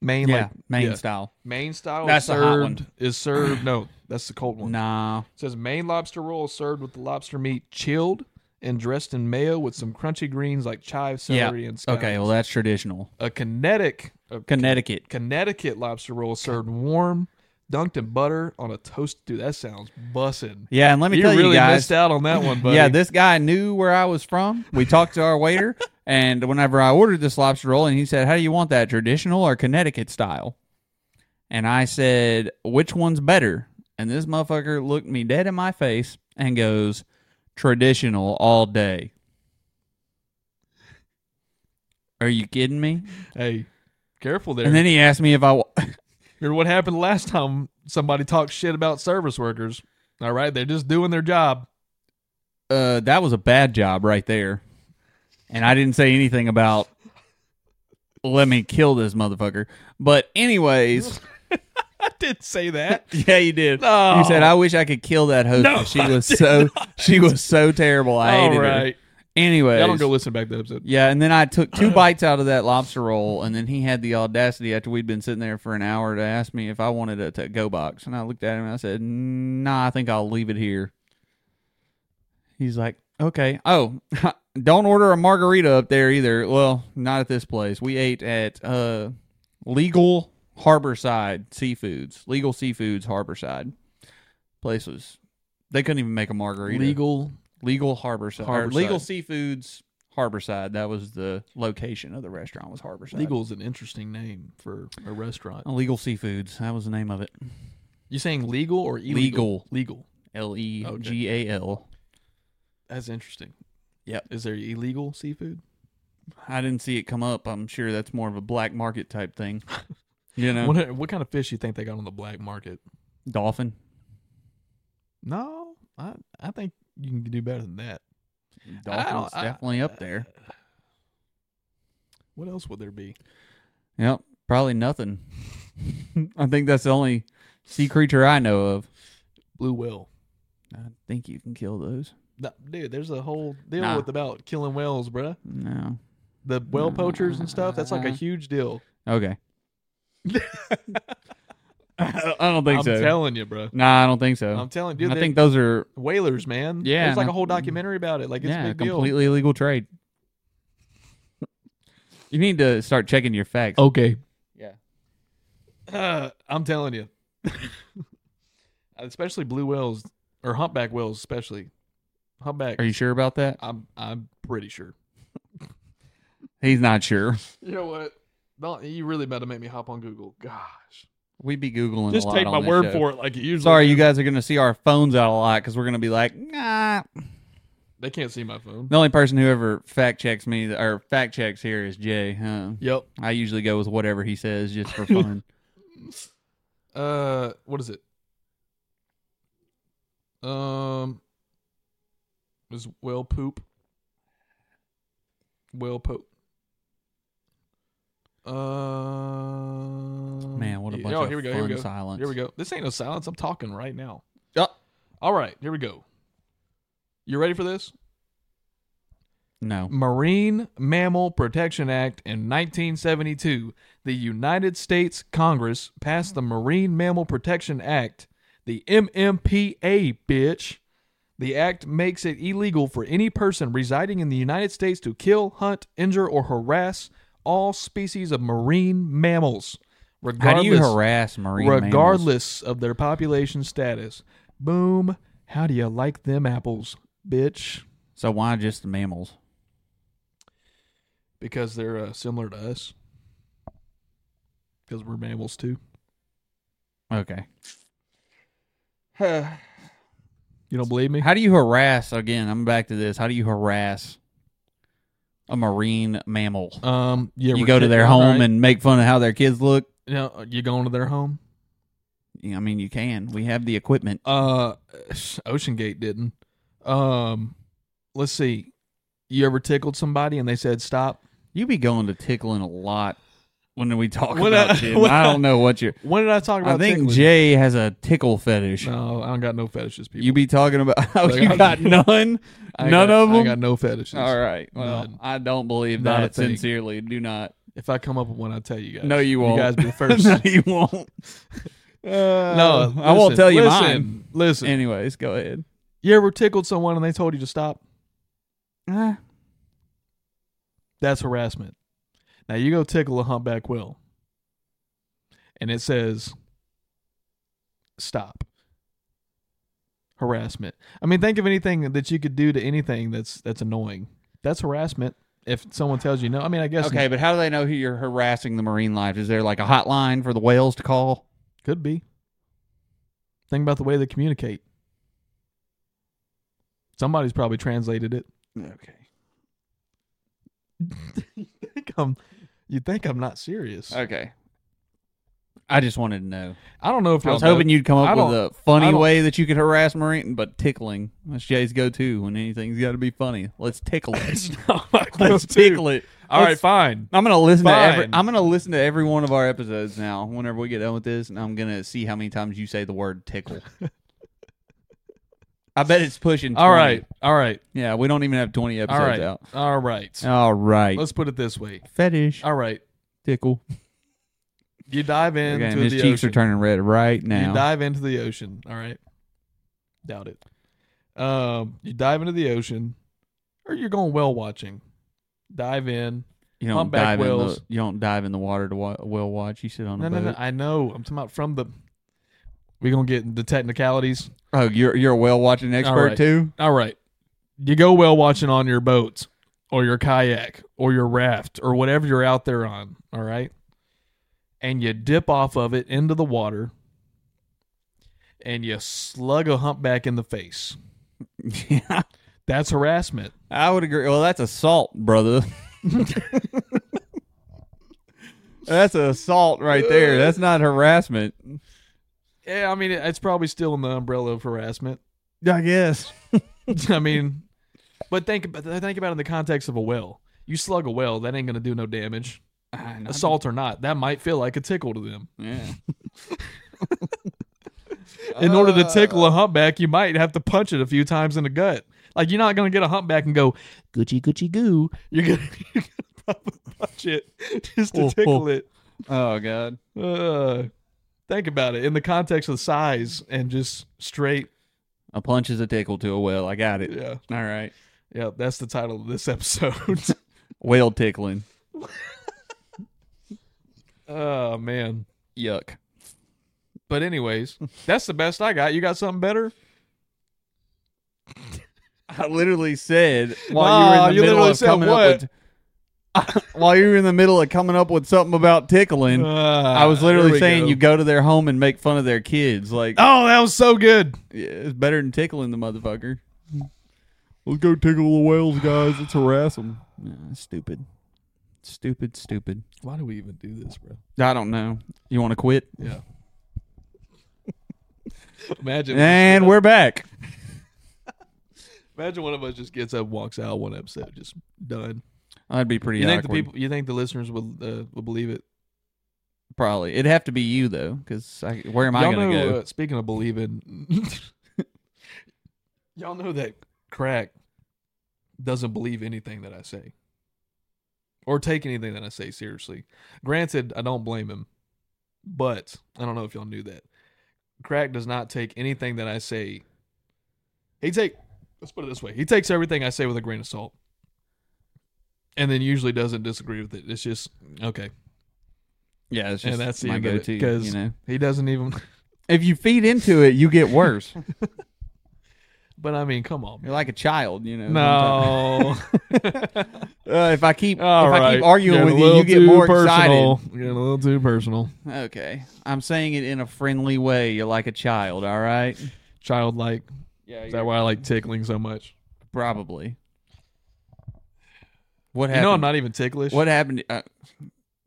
Speaker 1: maine
Speaker 2: yeah,
Speaker 1: like
Speaker 2: main
Speaker 1: yeah.
Speaker 2: style.
Speaker 1: maine style
Speaker 2: That's
Speaker 1: is
Speaker 2: the hot
Speaker 1: served is served no that's the cold one
Speaker 2: Nah,
Speaker 1: it says Maine lobster roll is served with the lobster meat chilled and dressed in mayo with some crunchy greens like chive,
Speaker 2: Yeah.
Speaker 1: celery, and scallions.
Speaker 2: okay, well that's traditional.
Speaker 1: a Connecticut a
Speaker 2: Connecticut.
Speaker 1: Connecticut lobster roll is served warm, dunked in butter on a toast. Dude, that sounds bussin'.
Speaker 2: Yeah, and let me
Speaker 1: you
Speaker 2: tell
Speaker 1: really
Speaker 2: you guys,
Speaker 1: missed out on that one, buddy.
Speaker 2: Yeah, this guy knew where I was from. We talked to our waiter, and whenever I ordered this lobster roll, and he said, "How do you want that, traditional or Connecticut style?" And I said, "Which one's better?" And this motherfucker looked me dead in my face and goes, "Traditional all day." Are you kidding me?
Speaker 1: hey, careful there.
Speaker 2: And then he asked me if I. Wa-
Speaker 1: Remember what happened last time somebody talked shit about service workers? All right, they're just doing their job.
Speaker 2: uh, that was a bad job right there. And I didn't say anything about let me kill this motherfucker. But anyways,
Speaker 1: I did say that.
Speaker 2: yeah, you did.
Speaker 1: No.
Speaker 2: You said I wish I could kill that host.
Speaker 1: Oh. No,
Speaker 2: 'cause she was so she was so terrible. I
Speaker 1: All
Speaker 2: hated her.
Speaker 1: right.
Speaker 2: Anyways,
Speaker 1: Y'all don't go listen back to the episode.
Speaker 2: yeah, and then I took two bites out of that lobster roll, and then he had the audacity after we'd been sitting there for an hour to ask me if I wanted a to go box, and I looked at him and I said, "Nah, I think I'll leave it here." He's like, "Okay, oh, don't order a margarita up there either." Well, not at this place. We ate at uh, Legal Harborside Seafoods. Legal Seafoods Harborside place was. They couldn't even make a margarita.
Speaker 1: Legal
Speaker 2: Legal Harborside, or
Speaker 1: Harborside.
Speaker 2: Legal Seafoods Harborside. That was the location of the restaurant was Harborside.
Speaker 1: Legal is an interesting name for a restaurant.
Speaker 2: Uh, Legal Seafoods. That was the name of it.
Speaker 1: You saying legal or illegal? Legal. Legal.
Speaker 2: L E G A L.
Speaker 1: That's interesting.
Speaker 2: Yep.
Speaker 1: Is there illegal seafood?
Speaker 2: I didn't see it come up. I'm sure that's more of a black market type thing. You know,
Speaker 1: What, what kind of fish you think they got on the black market?
Speaker 2: dolphin.
Speaker 1: No, I I think you can do better than that.
Speaker 2: Dolphin's
Speaker 1: I-
Speaker 2: definitely up there.
Speaker 1: What else would there be?
Speaker 2: Yep, probably nothing. I think that's the only sea creature I know of.
Speaker 1: Blue whale.
Speaker 2: I think you can kill those.
Speaker 1: No, dude, there's a whole deal
Speaker 2: Nah.
Speaker 1: with about killing whales, bruh.
Speaker 2: No.
Speaker 1: The whale poachers and stuff. That's like a huge deal.
Speaker 2: Okay. I don't think
Speaker 1: I'm
Speaker 2: so.
Speaker 1: telling you, bruh.
Speaker 2: Nah, I don't think so.
Speaker 1: I'm telling you.
Speaker 2: I
Speaker 1: Dude,
Speaker 2: think those are
Speaker 1: whalers, man.
Speaker 2: Yeah,
Speaker 1: there's like
Speaker 2: and
Speaker 1: a
Speaker 2: I-
Speaker 1: whole documentary about it. Like it's a
Speaker 2: yeah,
Speaker 1: big deal.
Speaker 2: completely illegal trade. You need to start checking your facts.
Speaker 1: Okay.
Speaker 2: Yeah.
Speaker 1: Uh, I'm telling you. especially blue whales or humpback whales, especially humpback.
Speaker 2: Are you sure about that?
Speaker 1: I'm I'm pretty sure.
Speaker 2: He's not sure.
Speaker 1: You know what? Don't you really better make me hop on Google? Gosh,
Speaker 2: We be googling.
Speaker 1: just
Speaker 2: a lot
Speaker 1: take
Speaker 2: on
Speaker 1: my
Speaker 2: this
Speaker 1: word
Speaker 2: show.
Speaker 1: for it. Like you usually,
Speaker 2: Sorry, you guys are gonna see our phones out a lot because we're gonna be like, nah.
Speaker 1: they can't see my phone.
Speaker 2: The only person who ever fact checks me or fact checks here is Jay. Huh?
Speaker 1: Yep.
Speaker 2: I usually go with whatever he says just for fun.
Speaker 1: Uh, what is it? Um, is whale poop? Whale poop. Uh,
Speaker 2: Man, what a
Speaker 1: yeah,
Speaker 2: bunch
Speaker 1: oh,
Speaker 2: of
Speaker 1: here we go,
Speaker 2: fun
Speaker 1: here we go,
Speaker 2: silence.
Speaker 1: Here we go. This ain't no silence. I'm talking right now.
Speaker 2: Oh.
Speaker 1: All right, here we go. You ready for this?
Speaker 2: No.
Speaker 1: Marine Mammal Protection Act in 1972, the United States Congress passed the Marine Mammal Protection Act, the MMPA, bitch. The act makes it illegal for any person residing in the United States to kill, hunt, injure, or harass all species of marine mammals, regardless,
Speaker 2: How do you harass marine mammals?
Speaker 1: regardless of their population status. Boom. How do you like them apples, bitch?
Speaker 2: So why just the mammals?
Speaker 1: because they're uh, similar to us. Because we're mammals too.
Speaker 2: Okay.
Speaker 1: You don't believe me?
Speaker 2: How do you harass? Again, I'm back to this. How do you harass a marine mammal?
Speaker 1: Um, you,
Speaker 2: you go to their home and make fun of how their kids look.
Speaker 1: you, know, uh, you going to their home?
Speaker 2: I mean, you can. We have the equipment.
Speaker 1: Uh, Ocean Gate didn't. Um, let's see. You ever tickled somebody and they said stop?
Speaker 2: You be going to tickling a lot when we talk
Speaker 1: When
Speaker 2: about
Speaker 1: I-
Speaker 2: shit.
Speaker 1: when
Speaker 2: I don't know what you're.
Speaker 1: When did I talk
Speaker 2: I
Speaker 1: about?
Speaker 2: think
Speaker 1: tickling?
Speaker 2: Jay has a tickle fetish.
Speaker 1: No, I don't got no fetishes, people.
Speaker 2: You be talking about oh,
Speaker 1: Like,
Speaker 2: you
Speaker 1: I-
Speaker 2: got none,
Speaker 1: I ain't
Speaker 2: none
Speaker 1: got-
Speaker 2: of
Speaker 1: I
Speaker 2: them.
Speaker 1: ain't got no fetishes.
Speaker 2: All right. Well,
Speaker 1: None.
Speaker 2: I don't believe
Speaker 1: Not a
Speaker 2: that.
Speaker 1: thing.
Speaker 2: Sincerely, do not.
Speaker 1: If I come up with one, I'll tell you guys.
Speaker 2: No, you won't.
Speaker 1: You guys be the first.
Speaker 2: no, you won't.
Speaker 1: no,
Speaker 2: no, I won't
Speaker 1: listen,
Speaker 2: tell you
Speaker 1: listen,
Speaker 2: mine.
Speaker 1: Listen,
Speaker 2: Anyways, go ahead.
Speaker 1: you ever tickled someone and they told you to stop?
Speaker 2: Uh,
Speaker 1: That's harassment. Now you go tickle a humpback whale, and it says, "Stop." Harassment. I mean, think of anything that you could do to anything that's that's annoying. That's harassment. If someone tells you no, I mean, I guess
Speaker 2: okay, but how do they know who you're harassing the marine life? Is there like a hotline for the whales to call?
Speaker 1: could be. Think about the way they communicate. Somebody's probably translated it.
Speaker 2: Okay.
Speaker 1: think I'm. You think I'm not serious? I,
Speaker 2: Okay. I just wanted to know.
Speaker 1: don't know if
Speaker 2: I
Speaker 1: y'all
Speaker 2: was hoping
Speaker 1: know-
Speaker 2: you'd come
Speaker 1: I
Speaker 2: up with a
Speaker 1: don't- I
Speaker 2: funny
Speaker 1: don't-
Speaker 2: way that you could harass Marine, but tickling. That's Jay's go to when anything's got to be funny. Let's tickle it.
Speaker 1: Oh my God,
Speaker 2: Let's
Speaker 1: dude.
Speaker 2: tickle it.
Speaker 1: All right,
Speaker 2: Let's-
Speaker 1: fine.
Speaker 2: I'm gonna listen to every.
Speaker 1: Fine.
Speaker 2: I'm gonna listen to every one of our episodes now. Whenever we get done with this, and I'm gonna see how many times you say the word tickle. I bet it's pushing. 20.
Speaker 1: All right, all right,
Speaker 2: Yeah, we don't even have 20
Speaker 1: all
Speaker 2: episodes
Speaker 1: right,
Speaker 2: out.
Speaker 1: all right.
Speaker 2: All right.
Speaker 1: Let's put it this way.
Speaker 2: Fetish
Speaker 1: All right,
Speaker 2: tickle.
Speaker 1: you dive into
Speaker 2: Okay,
Speaker 1: the
Speaker 2: his cheeks
Speaker 1: ocean.
Speaker 2: are turning red right
Speaker 1: You
Speaker 2: now.
Speaker 1: dive into the ocean. All right. Doubt it. Um, you dive into the ocean, or you're going whale watching. Dive in.
Speaker 2: You don't
Speaker 1: humpback
Speaker 2: dive in the.
Speaker 1: whales.
Speaker 2: You don't dive in the water to wa- whale watch. You sit on
Speaker 1: No,
Speaker 2: a
Speaker 1: no,
Speaker 2: boat.
Speaker 1: no. I know. I'm talking about from the. We're gonna get the technicalities.
Speaker 2: Oh, you're you're a whale watching expert
Speaker 1: right.
Speaker 2: too.
Speaker 1: All right. You go whale watching on your boat or your kayak or your raft or whatever you're out there on. All right. And you dip off of it into the water and you slug a humpback in the face.
Speaker 2: yeah,
Speaker 1: That's harassment.
Speaker 2: I would agree. Well, that's assault, brother. that's assault right there. That's not harassment.
Speaker 1: Yeah, I mean, it's probably still in the umbrella of harassment.
Speaker 2: I guess.
Speaker 1: I mean, but think about, think about it in the context of a whale. You slug a whale, that ain't going to do no damage. Assault or not, that might feel like a tickle to them.
Speaker 2: Yeah.
Speaker 1: in order to tickle
Speaker 2: Ah.
Speaker 1: a humpback, you might have to punch it a few times in the gut. Like you're not gonna get a humpback and go Gucci Gucci goo. You're gonna, you're gonna probably punch it just to
Speaker 2: Oh,
Speaker 1: tickle
Speaker 2: oh.
Speaker 1: it.
Speaker 2: Oh God.
Speaker 1: Uh, think about it in the context of size and just straight.
Speaker 2: A punch is a tickle to a whale. I got it.
Speaker 1: Yeah,
Speaker 2: All right.
Speaker 1: yeah. That's the title of this episode.
Speaker 2: Whale tickling.
Speaker 1: oh man.
Speaker 2: Yuck.
Speaker 1: But anyways, that's the best I got. You got something better?
Speaker 2: I literally said while
Speaker 1: Nah,
Speaker 2: you
Speaker 1: you
Speaker 2: were in the middle
Speaker 1: literally
Speaker 2: of
Speaker 1: said
Speaker 2: coming
Speaker 1: what?
Speaker 2: up with while you were in the middle of coming up with something about
Speaker 1: Uh,
Speaker 2: tickling. I was literally saying you go to their home and make fun of their kids. Like
Speaker 1: Oh, that was so good.
Speaker 2: yeah, it's better than tickling the motherfucker. Let's go tickle the whales, guys. Let's harass them. stupid, stupid, stupid.
Speaker 1: Why do we even do this, bro?
Speaker 2: I don't know. You want to quit?
Speaker 1: Yeah. Imagine
Speaker 2: And we're back.
Speaker 1: Imagine one of us just gets up, walks out one episode, just done.
Speaker 2: I'd be pretty
Speaker 1: you think
Speaker 2: awkward.
Speaker 1: the people? You think the listeners will uh, will believe it?
Speaker 2: Probably. It'd have to be you though, because where am I
Speaker 1: y'all
Speaker 2: going to
Speaker 1: know.
Speaker 2: go?
Speaker 1: Uh, speaking of believing, y'all know that crack doesn't believe anything that I say, or take anything that I say seriously. Granted, I don't blame him, but I don't know if y'all knew that. Crack does not take anything that I say. He take. Let's put it this way: he takes everything I say with a grain of salt. And then usually doesn't disagree with it. It's just okay.
Speaker 2: yeah, it's
Speaker 1: And
Speaker 2: just
Speaker 1: that's the
Speaker 2: my
Speaker 1: end of it,
Speaker 2: go-to.
Speaker 1: 'cause-
Speaker 2: you know,
Speaker 1: He doesn't even.
Speaker 2: if you feed into it, you get worse.
Speaker 1: But I mean, come on. man.
Speaker 2: You're like a child. You know. sometimes.
Speaker 1: No.
Speaker 2: Uh, if I keep
Speaker 1: All
Speaker 2: if I
Speaker 1: right.
Speaker 2: keep arguing
Speaker 1: Getting a
Speaker 2: with you,
Speaker 1: little
Speaker 2: you get
Speaker 1: too
Speaker 2: more
Speaker 1: personal. Getting a little too personal.
Speaker 2: excited. Okay, I'm saying it in a friendly way. You're like a child. All right.
Speaker 1: Childlike.
Speaker 2: Yeah.
Speaker 1: Is that why I like tickling so much?
Speaker 2: Probably. What
Speaker 1: You
Speaker 2: happened?
Speaker 1: know, I'm not even ticklish.
Speaker 2: What happened? Uh,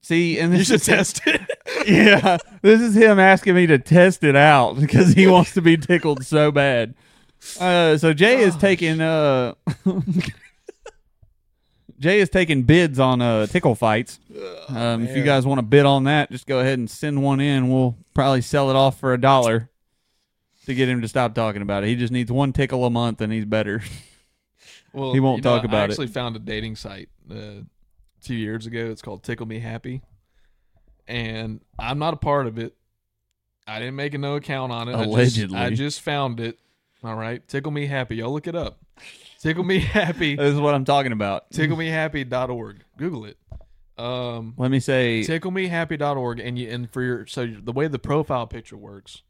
Speaker 2: see, and this
Speaker 1: You should
Speaker 2: is-
Speaker 1: test it.
Speaker 2: yeah, this is him asking me to test it out because he wants to be tickled so bad. Uh, so Jay is taking uh, Jay is taking bids on uh, tickle fights. Um, if you
Speaker 3: man.
Speaker 2: guys want to bid on that, just go ahead and send one in. We'll probably sell it off for a dollar to get him to stop talking about it. He just needs one tickle a month, and he's better.
Speaker 1: Well,
Speaker 2: He won't
Speaker 1: you know,
Speaker 2: talk about
Speaker 1: I
Speaker 2: it.
Speaker 1: actually found a dating site uh, a few years ago. It's called Tickle Me Happy, and I'm not a part of it. I didn't make a no account on it. I just-
Speaker 2: Allegedly.
Speaker 1: I just, found it. All right, Tickle Me Happy. Y'all look it up. Tickle Me Happy.
Speaker 2: this is what I'm talking about.
Speaker 1: TickleMeHappy.org. Google it. Um,
Speaker 2: Let me say,
Speaker 1: ticklemehappy.org and you and for your so the way the profile picture works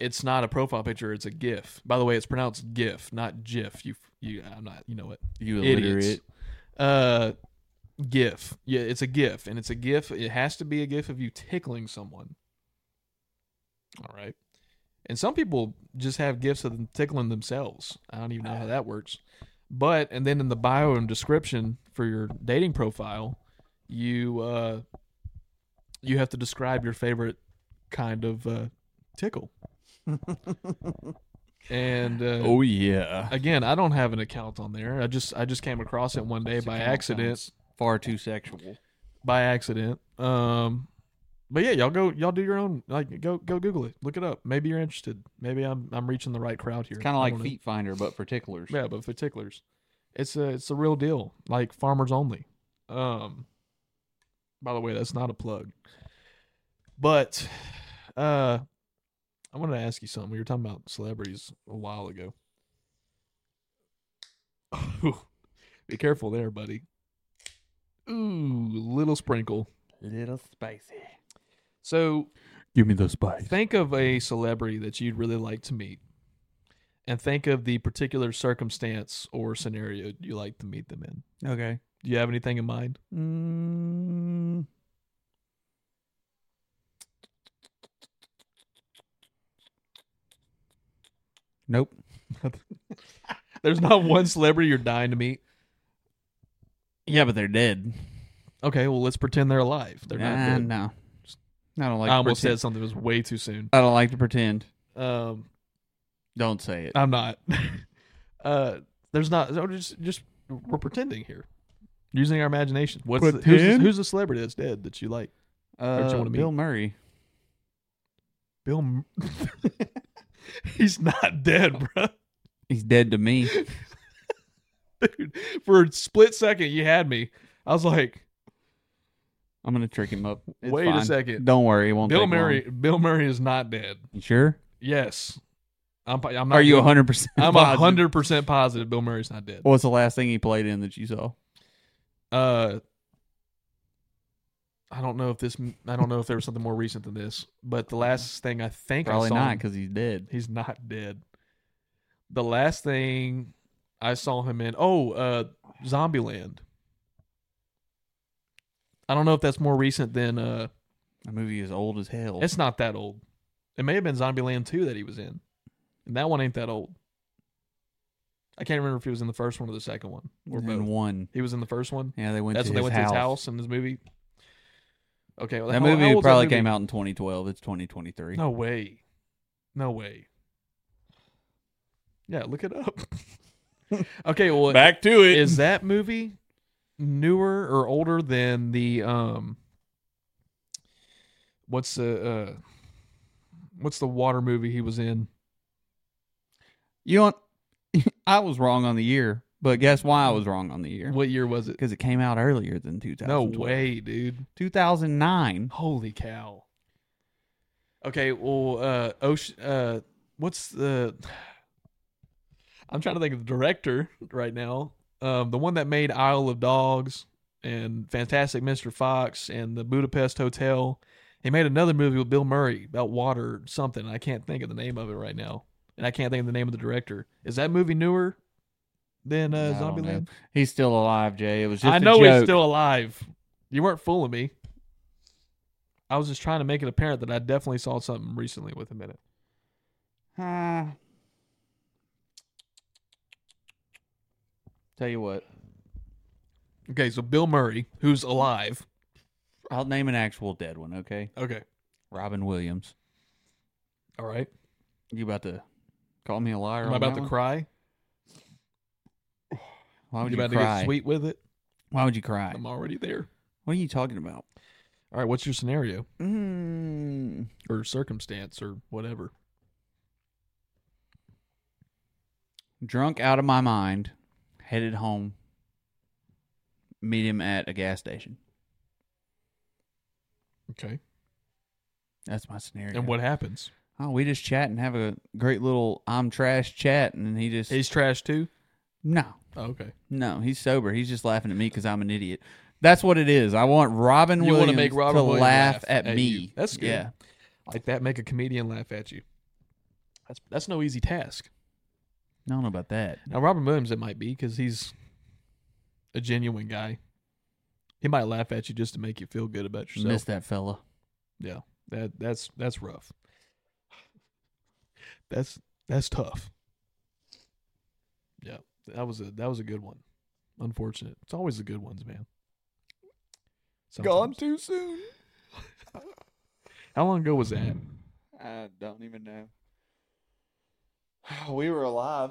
Speaker 1: it's not a profile picture it's a gif by the way it's pronounced gif not gif you you i'm not you know it
Speaker 2: you
Speaker 1: idiots.
Speaker 2: illiterate.
Speaker 1: uh gif yeah it's a gif and it's a gif it has to be a gif of you tickling someone all right and some people just have gifts of them tickling themselves i don't even know how that works but and then in the bio and description for your dating profile you uh you have to describe your favorite kind of uh tickle and uh,
Speaker 2: Oh yeah.
Speaker 1: again i don't have an account on there i just i just came across it one day by accident
Speaker 2: Far too sexual.
Speaker 1: by accident um but yeah y'all go y'all do your own like go go google it look it up maybe you're interested maybe i'm i'm reaching the right crowd here
Speaker 2: It's
Speaker 1: I
Speaker 2: kind of like
Speaker 1: don't know.
Speaker 2: Feet Finder, but for ticklers.
Speaker 1: yeah but for ticklers it's a it's a real deal like farmers only um by the way that's not a plug but uh i wanted to ask you something we were talking about celebrities a while ago be careful there buddy ooh little sprinkle
Speaker 2: Little spicy.
Speaker 1: so
Speaker 2: Give me the spice.
Speaker 1: think of a celebrity that you'd really like to meet and think of the particular circumstance or scenario you like to meet them in
Speaker 2: Okay.
Speaker 1: do you have anything in mind
Speaker 2: Mm. Nope.
Speaker 1: there's not one celebrity you're dying to meet
Speaker 2: Yeah, but they're dead.
Speaker 1: okay well let's pretend they're alive they're not
Speaker 2: Nah,
Speaker 1: dead.
Speaker 2: no. I don't like.
Speaker 1: i
Speaker 2: to
Speaker 1: almost
Speaker 2: pretend.
Speaker 1: said something that was way too soon
Speaker 2: I don't like to pretend.
Speaker 1: um
Speaker 2: Don't say it.
Speaker 1: i'm not uh there's not so just just we're pretending here using our imagination what's the, who's, the,
Speaker 2: Pretend?
Speaker 1: who's the celebrity that's dead that you like don't you
Speaker 2: Uh,
Speaker 1: wanna be?
Speaker 2: Bill Murray.
Speaker 1: bill M- he's not dead bro
Speaker 2: He's dead to me.
Speaker 1: dude. For a split second, you had me. I was like,
Speaker 2: I'm gonna trick him up. It's
Speaker 1: Wait a
Speaker 2: fine.
Speaker 1: second.
Speaker 2: Don't worry. It won't.
Speaker 1: Bill
Speaker 2: take
Speaker 1: Murray.
Speaker 2: long.
Speaker 1: Bill Murray is not dead.
Speaker 2: You sure?
Speaker 1: Yes, I'm. po- I'm not
Speaker 2: Are you
Speaker 1: doing-
Speaker 2: 100? percent
Speaker 1: I'm a hundred percent positive Bill Murray's not dead.
Speaker 2: What's the last thing he played in that you saw?
Speaker 1: Uh, I don't know if this. I don't know if there was something more recent than this. But the last thing I think I
Speaker 2: Probably
Speaker 1: saw
Speaker 2: not
Speaker 1: him-
Speaker 2: because he's dead.
Speaker 1: He's not dead. The last thing I saw him in, oh, uh, Zombieland. I don't know if that's more recent than uh,
Speaker 2: The movie is old as hell.
Speaker 1: It's not that old. It may have been Zombieland 2 that he was in. And that one ain't that old. I can't remember if he was in the first one or the second one. Or
Speaker 2: And
Speaker 1: both.
Speaker 2: one.
Speaker 1: He was in the first one.
Speaker 2: Yeah, they went.
Speaker 1: That's
Speaker 2: to
Speaker 1: when they
Speaker 2: his
Speaker 1: went
Speaker 2: house.
Speaker 1: to his house in this movie. Okay, well,
Speaker 2: That
Speaker 1: how- how
Speaker 2: movie
Speaker 1: old's that
Speaker 2: probably
Speaker 1: movie?
Speaker 2: came out in 2012. It's 2023.
Speaker 1: No way. No way. Yeah, look it up. okay, well
Speaker 2: Back to it.
Speaker 1: is that movie newer or older than the um what's the uh what's the water movie he was in
Speaker 2: you know, what? I was wrong on the year, but guess why I was wrong on the year?
Speaker 1: what year was it
Speaker 2: Because it came out earlier than 2000.
Speaker 1: no way dude
Speaker 2: 2009.
Speaker 1: holy cow Mm-hmm. okay well uh ocean uh what's the i'm trying to think of the director right now um the one that made isle of dogs and fantastic mr fox and the budapest hotel He made another movie with Bill Murray about water or something. I can't think of the name of it right now, and I can't think of the name of the director. Is that movie newer than uh,
Speaker 2: I don't know.
Speaker 1: Zombieland?
Speaker 2: He's still alive, Jay. It was just
Speaker 1: I
Speaker 2: a
Speaker 1: know he's
Speaker 2: joke.
Speaker 1: still alive. You weren't fooling me. I was just trying to make it apparent that I definitely saw something recently with him in it.
Speaker 2: Ah. Tell you what,
Speaker 1: Okay, so Bill Murray, who's alive.
Speaker 2: I'll name an actual dead one, okay?
Speaker 1: Okay,
Speaker 2: Robin Williams.
Speaker 1: all right.
Speaker 2: You about to call me a liar?
Speaker 1: Am I
Speaker 2: on
Speaker 1: about
Speaker 2: that
Speaker 1: to
Speaker 2: one?
Speaker 1: cry?
Speaker 2: Why would you,
Speaker 1: about to
Speaker 2: cry?
Speaker 1: get sweet with it?
Speaker 2: Why would you cry?
Speaker 1: I'm already there.
Speaker 2: What are you talking about?
Speaker 1: All right, what's your scenario
Speaker 2: Mm.
Speaker 1: or circumstance or whatever?
Speaker 2: Drunk out of my mind, headed home. Meet him at a gas station.
Speaker 1: Okay.
Speaker 2: That's my scenario.
Speaker 1: And what happens?
Speaker 2: Oh, we just chat and have a great little I'm trash chat, and he just
Speaker 1: He's trash too.
Speaker 2: no,
Speaker 1: Oh, okay.
Speaker 2: no, he's sober. He's just laughing at me because I'm an idiot. That's what it is. I want Robin
Speaker 1: You
Speaker 2: Williams
Speaker 1: wanna make Robin
Speaker 2: to
Speaker 1: Williams
Speaker 2: laugh,
Speaker 1: laugh
Speaker 2: at,
Speaker 1: at
Speaker 2: me.
Speaker 1: you. That's good.
Speaker 2: Yeah,
Speaker 1: Like that, make a comedian laugh at you. That's that's no easy task.
Speaker 2: I don't know about that.
Speaker 1: Now, Robin Williams, it might be because he's a genuine guy. He might laugh at you just to make you feel good about yourself.
Speaker 2: Miss that fella.
Speaker 1: Yeah, that that's that's rough. That's that's tough. Yeah, that was a that was a good one. Unfortunate. It's always the good ones, man. Sometimes.
Speaker 2: too soon.
Speaker 1: How long ago was that?
Speaker 2: I don't even know. We were alive.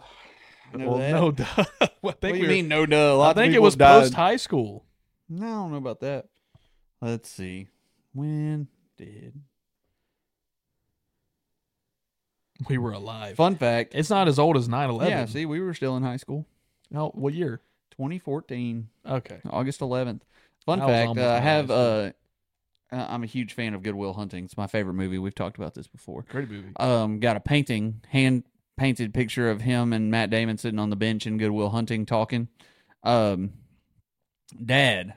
Speaker 1: well, no, duh. I think
Speaker 2: What do
Speaker 1: we
Speaker 2: you
Speaker 1: were-
Speaker 2: mean, no? Duh. A lot
Speaker 1: I
Speaker 2: of
Speaker 1: think it
Speaker 2: people
Speaker 1: was
Speaker 2: died.
Speaker 1: post high school.
Speaker 2: No, I don't know about that. Let's see. When did?
Speaker 1: We were alive.
Speaker 2: Fun fact.
Speaker 1: It's not as old as 9 11.
Speaker 2: Yeah, see, we were still in high school.
Speaker 1: No, what year?
Speaker 2: 2014,
Speaker 1: Okay.
Speaker 2: August 11th. Fun
Speaker 1: I was
Speaker 2: fact:
Speaker 1: almost
Speaker 2: uh, I
Speaker 1: in high
Speaker 2: have.
Speaker 1: school.
Speaker 2: Uh, uh, I'm a huge fan of Goodwill Hunting. It's my favorite movie. We've talked about this before.
Speaker 1: Great movie.
Speaker 2: Um, got a painting, hand painted picture of him and Matt Damon sitting on the bench in Goodwill Hunting talking. Um, Dad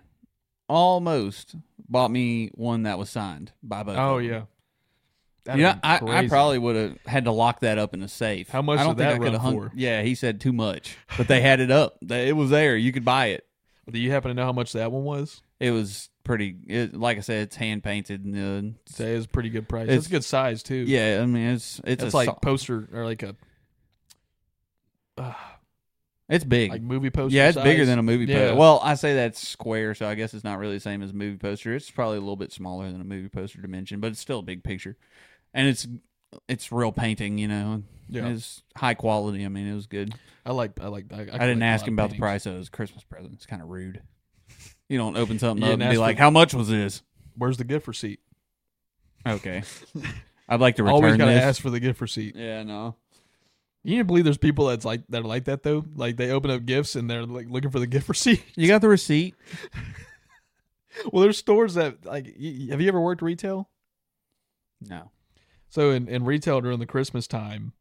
Speaker 2: almost bought me one that was signed by both.
Speaker 1: oh,
Speaker 2: of them.
Speaker 1: yeah.
Speaker 2: you know,
Speaker 1: That'd
Speaker 2: I,
Speaker 1: been
Speaker 2: I
Speaker 1: crazy.
Speaker 2: probably would have had to lock that up in a safe.
Speaker 1: How much
Speaker 2: I don't
Speaker 1: did
Speaker 2: think
Speaker 1: that
Speaker 2: I could have
Speaker 1: run for?
Speaker 2: Yeah, he said too much, but they had it up. They- It was there. You could buy it.
Speaker 1: Do you happen to know how much that one was?
Speaker 2: It was pretty. It, like I said, it's hand painted and uh, it's-
Speaker 1: That is a pretty good price.
Speaker 2: It's-
Speaker 1: It's, a good size, too.
Speaker 2: yeah. I mean, it's it's,
Speaker 1: It's,
Speaker 2: a
Speaker 1: like
Speaker 2: so-
Speaker 1: poster or like a uh,
Speaker 2: it's big.
Speaker 1: like movie poster.
Speaker 2: yeah, it's bigger
Speaker 1: size.
Speaker 2: than a movie
Speaker 1: Yeah.
Speaker 2: poster. Well, I say that's square, so I guess it's not really the same as a movie poster. It's probably a little bit smaller than a movie poster dimension, but it's still a big picture, and it's it's real painting. You know,
Speaker 1: Yeah.
Speaker 2: it's high quality. I mean, it was good.
Speaker 1: I like. I like. I, I
Speaker 2: I
Speaker 1: collect
Speaker 2: didn't
Speaker 1: a
Speaker 2: ask
Speaker 1: lot
Speaker 2: him
Speaker 1: of
Speaker 2: about the
Speaker 1: paintings.
Speaker 2: price of his Christmas present. It's kind of rude. You don't open something
Speaker 1: You
Speaker 2: up
Speaker 1: didn't
Speaker 2: and be
Speaker 1: ask
Speaker 2: like,
Speaker 1: for-
Speaker 2: "How much was this?"
Speaker 1: Where's the gift receipt?
Speaker 2: Okay, I'd like to return
Speaker 1: Always gotta
Speaker 2: this.
Speaker 1: ask for the gift receipt.
Speaker 2: Yeah, no.
Speaker 1: You didn't believe there's people that's like that are like that though. Like they open up gifts and they're like looking for the gift receipt.
Speaker 2: You got the receipt?
Speaker 1: well, there's stores that like. y- Have you ever worked retail?
Speaker 2: No.
Speaker 1: So in, in retail during the Christmas time,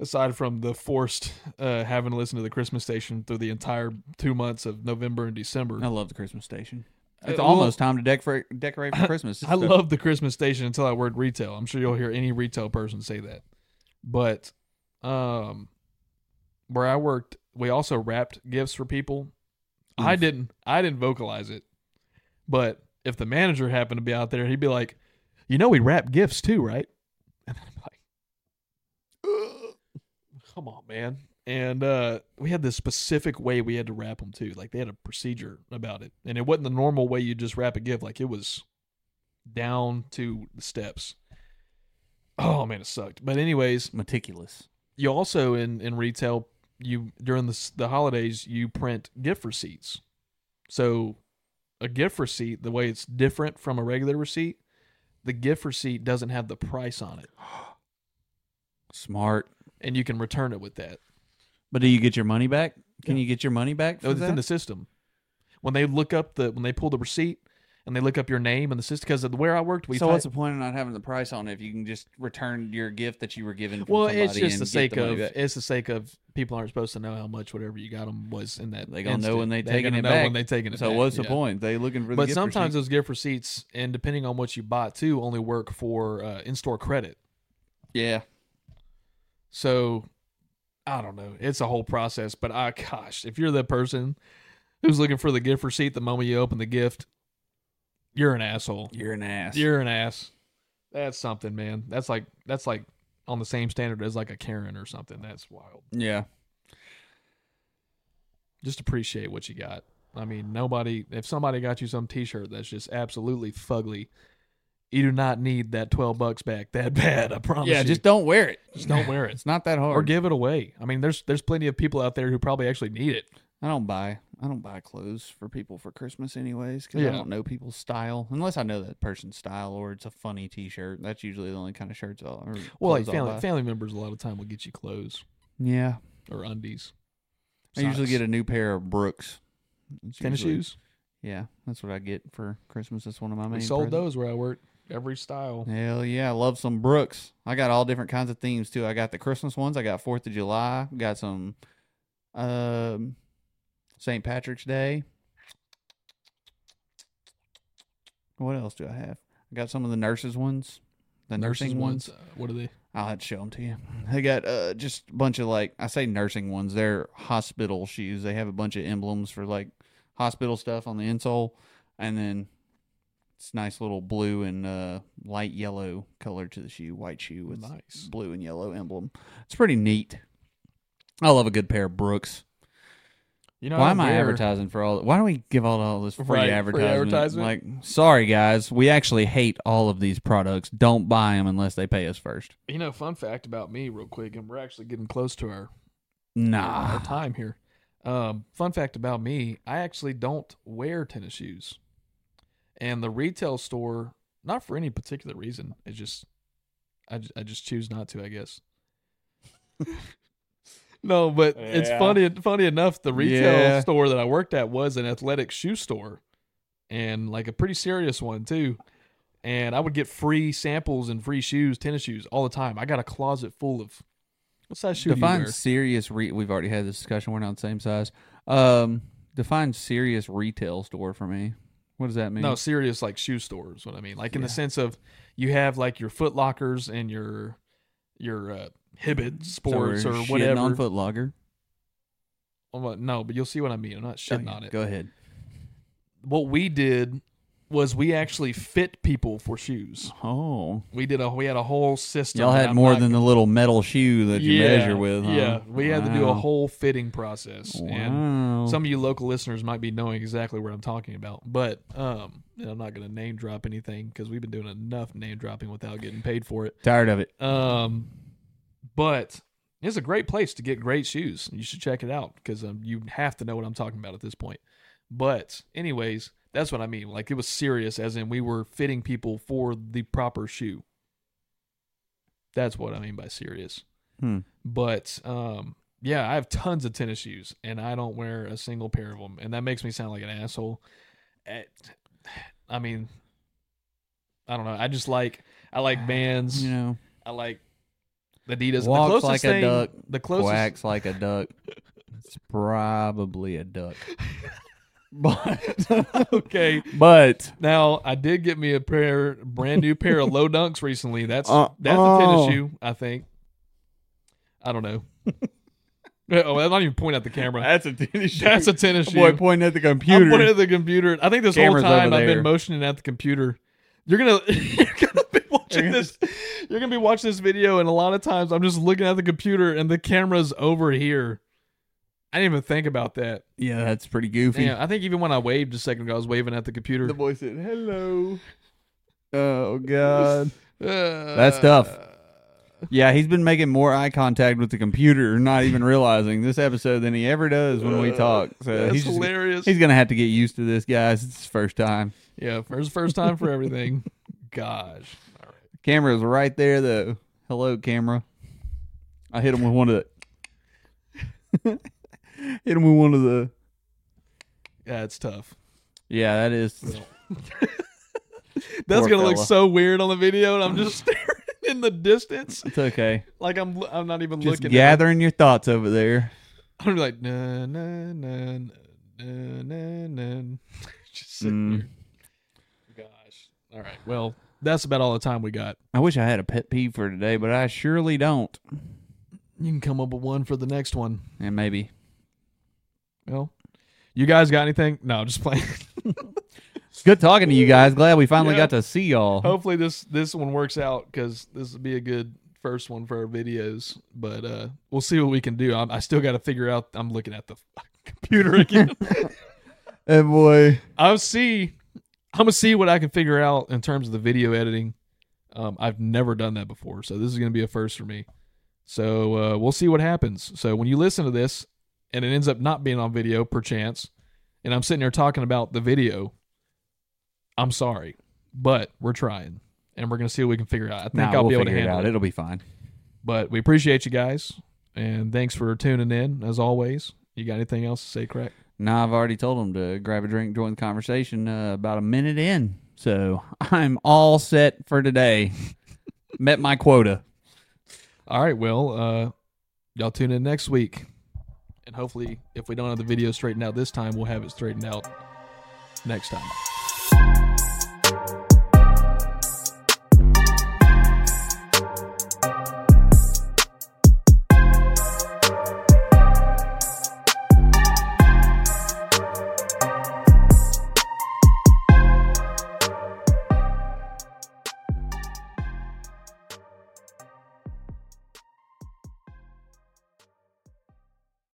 Speaker 1: aside from the forced uh, having to listen to the Christmas station through the entire two months of November and December,
Speaker 2: I love the Christmas station. It's
Speaker 1: Uh, well-
Speaker 2: almost time to decorate decorate for Christmas.
Speaker 1: I love the Christmas station until I worked retail. I'm sure you'll hear any retail person say that. But um where I worked, we also wrapped gifts for people. I
Speaker 2: Oof.
Speaker 1: didn't I didn't vocalize it. But if the manager happened to be out there, he'd be like, "You know we wrap gifts too, right?" And then I'm like, "Ugh, "Come on, man." And uh, we had this specific way we had to wrap them too. Like they had a procedure about it, and it wasn't the normal way you just wrap a gift. Like it was down to the steps. Oh man, it sucked. But anyways,
Speaker 2: meticulous.
Speaker 1: you also in in retail you during the s- the holidays you print gift receipts. So a gift receipt, the way it's different from a regular receipt, the gift receipt doesn't have the price on it,
Speaker 2: Smart.
Speaker 1: and you can return it with that.
Speaker 2: But do you get your money back? Can
Speaker 1: Yeah.
Speaker 2: you get your money back? For
Speaker 1: No, it's in
Speaker 2: that?
Speaker 1: the system. When they look up the when they pull the receipt and they look up your name and the system because of where I worked, we
Speaker 2: so
Speaker 1: type-
Speaker 2: what's the point of not having the price on it if you can just return your gift that you were given? From
Speaker 1: well,
Speaker 2: somebody
Speaker 1: it's just
Speaker 2: and
Speaker 1: the
Speaker 2: get
Speaker 1: sake
Speaker 2: money
Speaker 1: of
Speaker 2: back?
Speaker 1: it's the sake of people aren't supposed to know how much whatever you got them was in that.
Speaker 2: They gonna know when they
Speaker 1: instant. They're
Speaker 2: taking
Speaker 1: gonna
Speaker 2: it
Speaker 1: know
Speaker 2: back.
Speaker 1: When they taking it.
Speaker 2: So
Speaker 1: back,
Speaker 2: what's the
Speaker 1: yeah.
Speaker 2: point? They looking for the
Speaker 1: But
Speaker 2: gift
Speaker 1: sometimes
Speaker 2: receipt?
Speaker 1: those gift receipts, and depending on what you bought too, only work for uh, in-store credit.
Speaker 2: yeah.
Speaker 1: So I don't know. It's a whole process. But I, gosh, if you're the person who's looking for the gift receipt the moment you open the gift, you're an asshole.
Speaker 2: You're an ass.
Speaker 1: You're an ass. That's something, man. That's like that's like on the same standard as like a Karen or something. That's wild.
Speaker 2: yeah.
Speaker 1: just appreciate what you got. I mean, nobody. If somebody got you some T-shirt that's just absolutely fugly, you do not need that twelve bucks back that bad. I promise.
Speaker 2: Yeah,
Speaker 1: you.
Speaker 2: just don't wear it.
Speaker 1: just don't wear it
Speaker 2: It's not that hard.
Speaker 1: or give it away. I mean, there's there's plenty of people out there who probably actually need it.
Speaker 2: I don't buy I don't buy clothes for people for Christmas anyways because
Speaker 1: Yeah.
Speaker 2: I don't know people's style unless I know that person's style or it's a funny T-shirt. That's usually the only kind of shirts I'll. Or
Speaker 1: Well, like
Speaker 2: clothes I'll
Speaker 1: family
Speaker 2: buy.
Speaker 1: family members, a lot of time will get you clothes
Speaker 2: yeah,
Speaker 1: or undies.
Speaker 2: I usually
Speaker 1: socks,
Speaker 2: get a new pair of Brooks. It's
Speaker 1: tennis
Speaker 2: usually-
Speaker 1: shoes.
Speaker 2: Yeah, that's what I get for Christmas. That's one of my main.
Speaker 1: We sold
Speaker 2: presents.
Speaker 1: those where I worked. Every style.
Speaker 2: Hell yeah, I love some Brooks. I got all different kinds of themes too. I got the Christmas ones. I got Fourth of July. Got some um, St. Patrick's Day. What else do I have? I got some of the nurses ones. The nursing ones.
Speaker 1: uh, what are they?
Speaker 2: I'll have to show them to you. They got uh, just a bunch of like I say nursing ones. They're hospital shoes. They have a bunch of emblems for like hospital stuff on the insole, and then it's nice little blue and uh, light yellow color to the shoe. White shoe with
Speaker 1: Nice.
Speaker 2: blue and yellow emblem. It's pretty neat. I love a good pair of Brooks.
Speaker 1: You know,
Speaker 2: Why
Speaker 1: I
Speaker 2: am I
Speaker 1: wear-
Speaker 2: advertising for all? Why do we give all, all this free
Speaker 1: Right, free
Speaker 2: advertisement?
Speaker 1: advertisement.
Speaker 2: Like, sorry guys, we actually hate all of these products. Don't buy them unless they pay us first.
Speaker 1: You know, fun fact about me, real quick, and we're actually getting close to our
Speaker 2: Nah.
Speaker 1: our time here. Um, fun fact about me, I actually don't wear tennis shoes. And the retail store, not for any particular reason, it's just I, ju- I just choose not to, I guess. no, but it's
Speaker 2: Yeah.
Speaker 1: funny funny enough, the retail
Speaker 2: Yeah.
Speaker 1: store that I worked at was an athletic shoe store and like a pretty serious one too. And I would get free samples and free shoes, tennis shoes all the time. I got a closet full of what size shoe do you
Speaker 2: define
Speaker 1: wear?
Speaker 2: serious re- we've already had this discussion we're not the same size um define serious retail store for me what does that mean
Speaker 1: No, serious like shoe stores. What I mean, like in the
Speaker 2: Yeah.
Speaker 1: sense of you have like your Foot Lockers and your your uh, Hibbett Sports
Speaker 2: So
Speaker 1: or
Speaker 2: we're shitting
Speaker 1: whatever.
Speaker 2: on Foot Locker?
Speaker 1: I'm like, no, but you'll see what I mean. I'm not shitting
Speaker 2: Oh, yeah.
Speaker 1: on it.
Speaker 2: go ahead
Speaker 1: What we did was we actually fit people for shoes.
Speaker 2: oh
Speaker 1: We did a we had a whole system.
Speaker 2: y'all
Speaker 1: and
Speaker 2: had
Speaker 1: I'm
Speaker 2: more
Speaker 1: not-
Speaker 2: than the little metal shoe that you
Speaker 1: Yeah,
Speaker 2: measure with huh?
Speaker 1: Yeah, we had to do a
Speaker 2: Wow.
Speaker 1: whole fitting process and.
Speaker 2: wow.
Speaker 1: some of you local listeners might be knowing exactly what I'm talking about, but um, and I'm not going to name drop anything because we've been doing enough name dropping without getting paid for it.
Speaker 2: tired of it
Speaker 1: Um, but it's a great place to get great shoes. You should check it out because um, you have to know what I'm talking about at this point. But anyways, that's what I mean. Like it was serious, as in we were fitting people for the proper shoe. That's what I mean by serious.
Speaker 2: Hmm.
Speaker 1: But um, yeah, I have tons of tennis shoes, and I don't wear a single pair of them, and that makes me sound like an asshole. Eh, I mean, I don't know. I just like I like bands.
Speaker 2: you know
Speaker 1: I like Adidas.
Speaker 2: Walks
Speaker 1: the closest
Speaker 2: like a
Speaker 1: thing,
Speaker 2: duck,
Speaker 1: The closest.
Speaker 2: quacks like a duck it's probably a duck but
Speaker 1: Okay.
Speaker 2: but
Speaker 1: Now I did get me a pair, brand new pair of low dunks recently. That's
Speaker 2: Uh,
Speaker 1: that's a
Speaker 2: oh.
Speaker 1: tennis shoe, I think. I don't know. oh, I'm not even pointing at the camera.
Speaker 2: that's a tennis shoe
Speaker 1: That's a tennis shoe.
Speaker 2: boy pointing at the computer
Speaker 1: I'm pointing at the computer. I think this
Speaker 2: Camera's
Speaker 1: whole time
Speaker 2: over
Speaker 1: I've been
Speaker 2: there.
Speaker 1: motioning at the computer. You're gonna you're gonna be watching
Speaker 2: You're gonna-
Speaker 1: this. You're gonna be watching this video, and a lot of times I'm just looking at the computer, and the camera's over here. I didn't even think about that.
Speaker 2: Yeah, that's pretty goofy.
Speaker 1: Yeah, I think even when I waved a second ago, I was waving at the computer.
Speaker 2: boy said, "Hello." Oh God.
Speaker 1: Uh,
Speaker 2: That's tough. yeah, he's been making more eye contact with the computer, not even realizing this episode than he ever does when we talk. So
Speaker 1: Uh, That's
Speaker 2: he's just-
Speaker 1: hilarious.
Speaker 2: he's gonna have to get used to this, guys. It's his first time.
Speaker 1: yeah, first first time for everything. Gosh. All right.
Speaker 2: Camera's right there, though. Hello, camera. I hit him with one of the. hit him with one of the.
Speaker 1: Yeah, it's tough.
Speaker 2: Yeah, that is.
Speaker 1: That's
Speaker 2: Poor
Speaker 1: gonna look
Speaker 2: fella.
Speaker 1: so weird on the video, and I'm just staring in the distance,
Speaker 2: It's okay.
Speaker 1: like I'm I'm not even
Speaker 2: Just
Speaker 1: looking. at it.
Speaker 2: gathering your thoughts over there.
Speaker 1: I'm like na na na na na na. Just sitting
Speaker 2: Mm.
Speaker 1: here. Gosh. All right. Well, that's about all the time we got.
Speaker 2: I wish I had a pet peeve for today, but I surely don't.
Speaker 1: You can come up with one for the next one.
Speaker 2: And maybe
Speaker 1: Well, you guys got anything? No, just playing.
Speaker 2: it's good talking to you guys. Glad we finally
Speaker 1: Yeah.
Speaker 2: got to see y'all.
Speaker 1: Hopefully this this one works out because this would be a good first one for our videos. But uh we'll see what we can do. I'm, I still got to figure out. I'm looking at the computer again.
Speaker 2: And boy,
Speaker 1: I'll see. I'm gonna see what I can figure out in terms of the video editing. Um, I've never done that before, so this is gonna be a first for me. So uh, we'll see what happens. So when you listen to this, and it ends up not being on video, perchance. And I'm sitting here talking about the video. I'm sorry, but we're trying, and we're gonna see what we can figure out. I think
Speaker 2: Nah,
Speaker 1: I'll
Speaker 2: we'll
Speaker 1: be able to
Speaker 2: figure it
Speaker 1: handle
Speaker 2: out.
Speaker 1: it.
Speaker 2: It'll be fine.
Speaker 1: But we appreciate you guys, and thanks for tuning in. As always, you got anything else to say, Crack?
Speaker 2: Now I've already told them to grab a drink, join the conversation uh, about a minute in. So I'm all set for today. Met my quota.
Speaker 1: All right, well, uh, y'all tune in next week, and hopefully, if we don't have the video straightened out this time, we'll have it straightened out next time.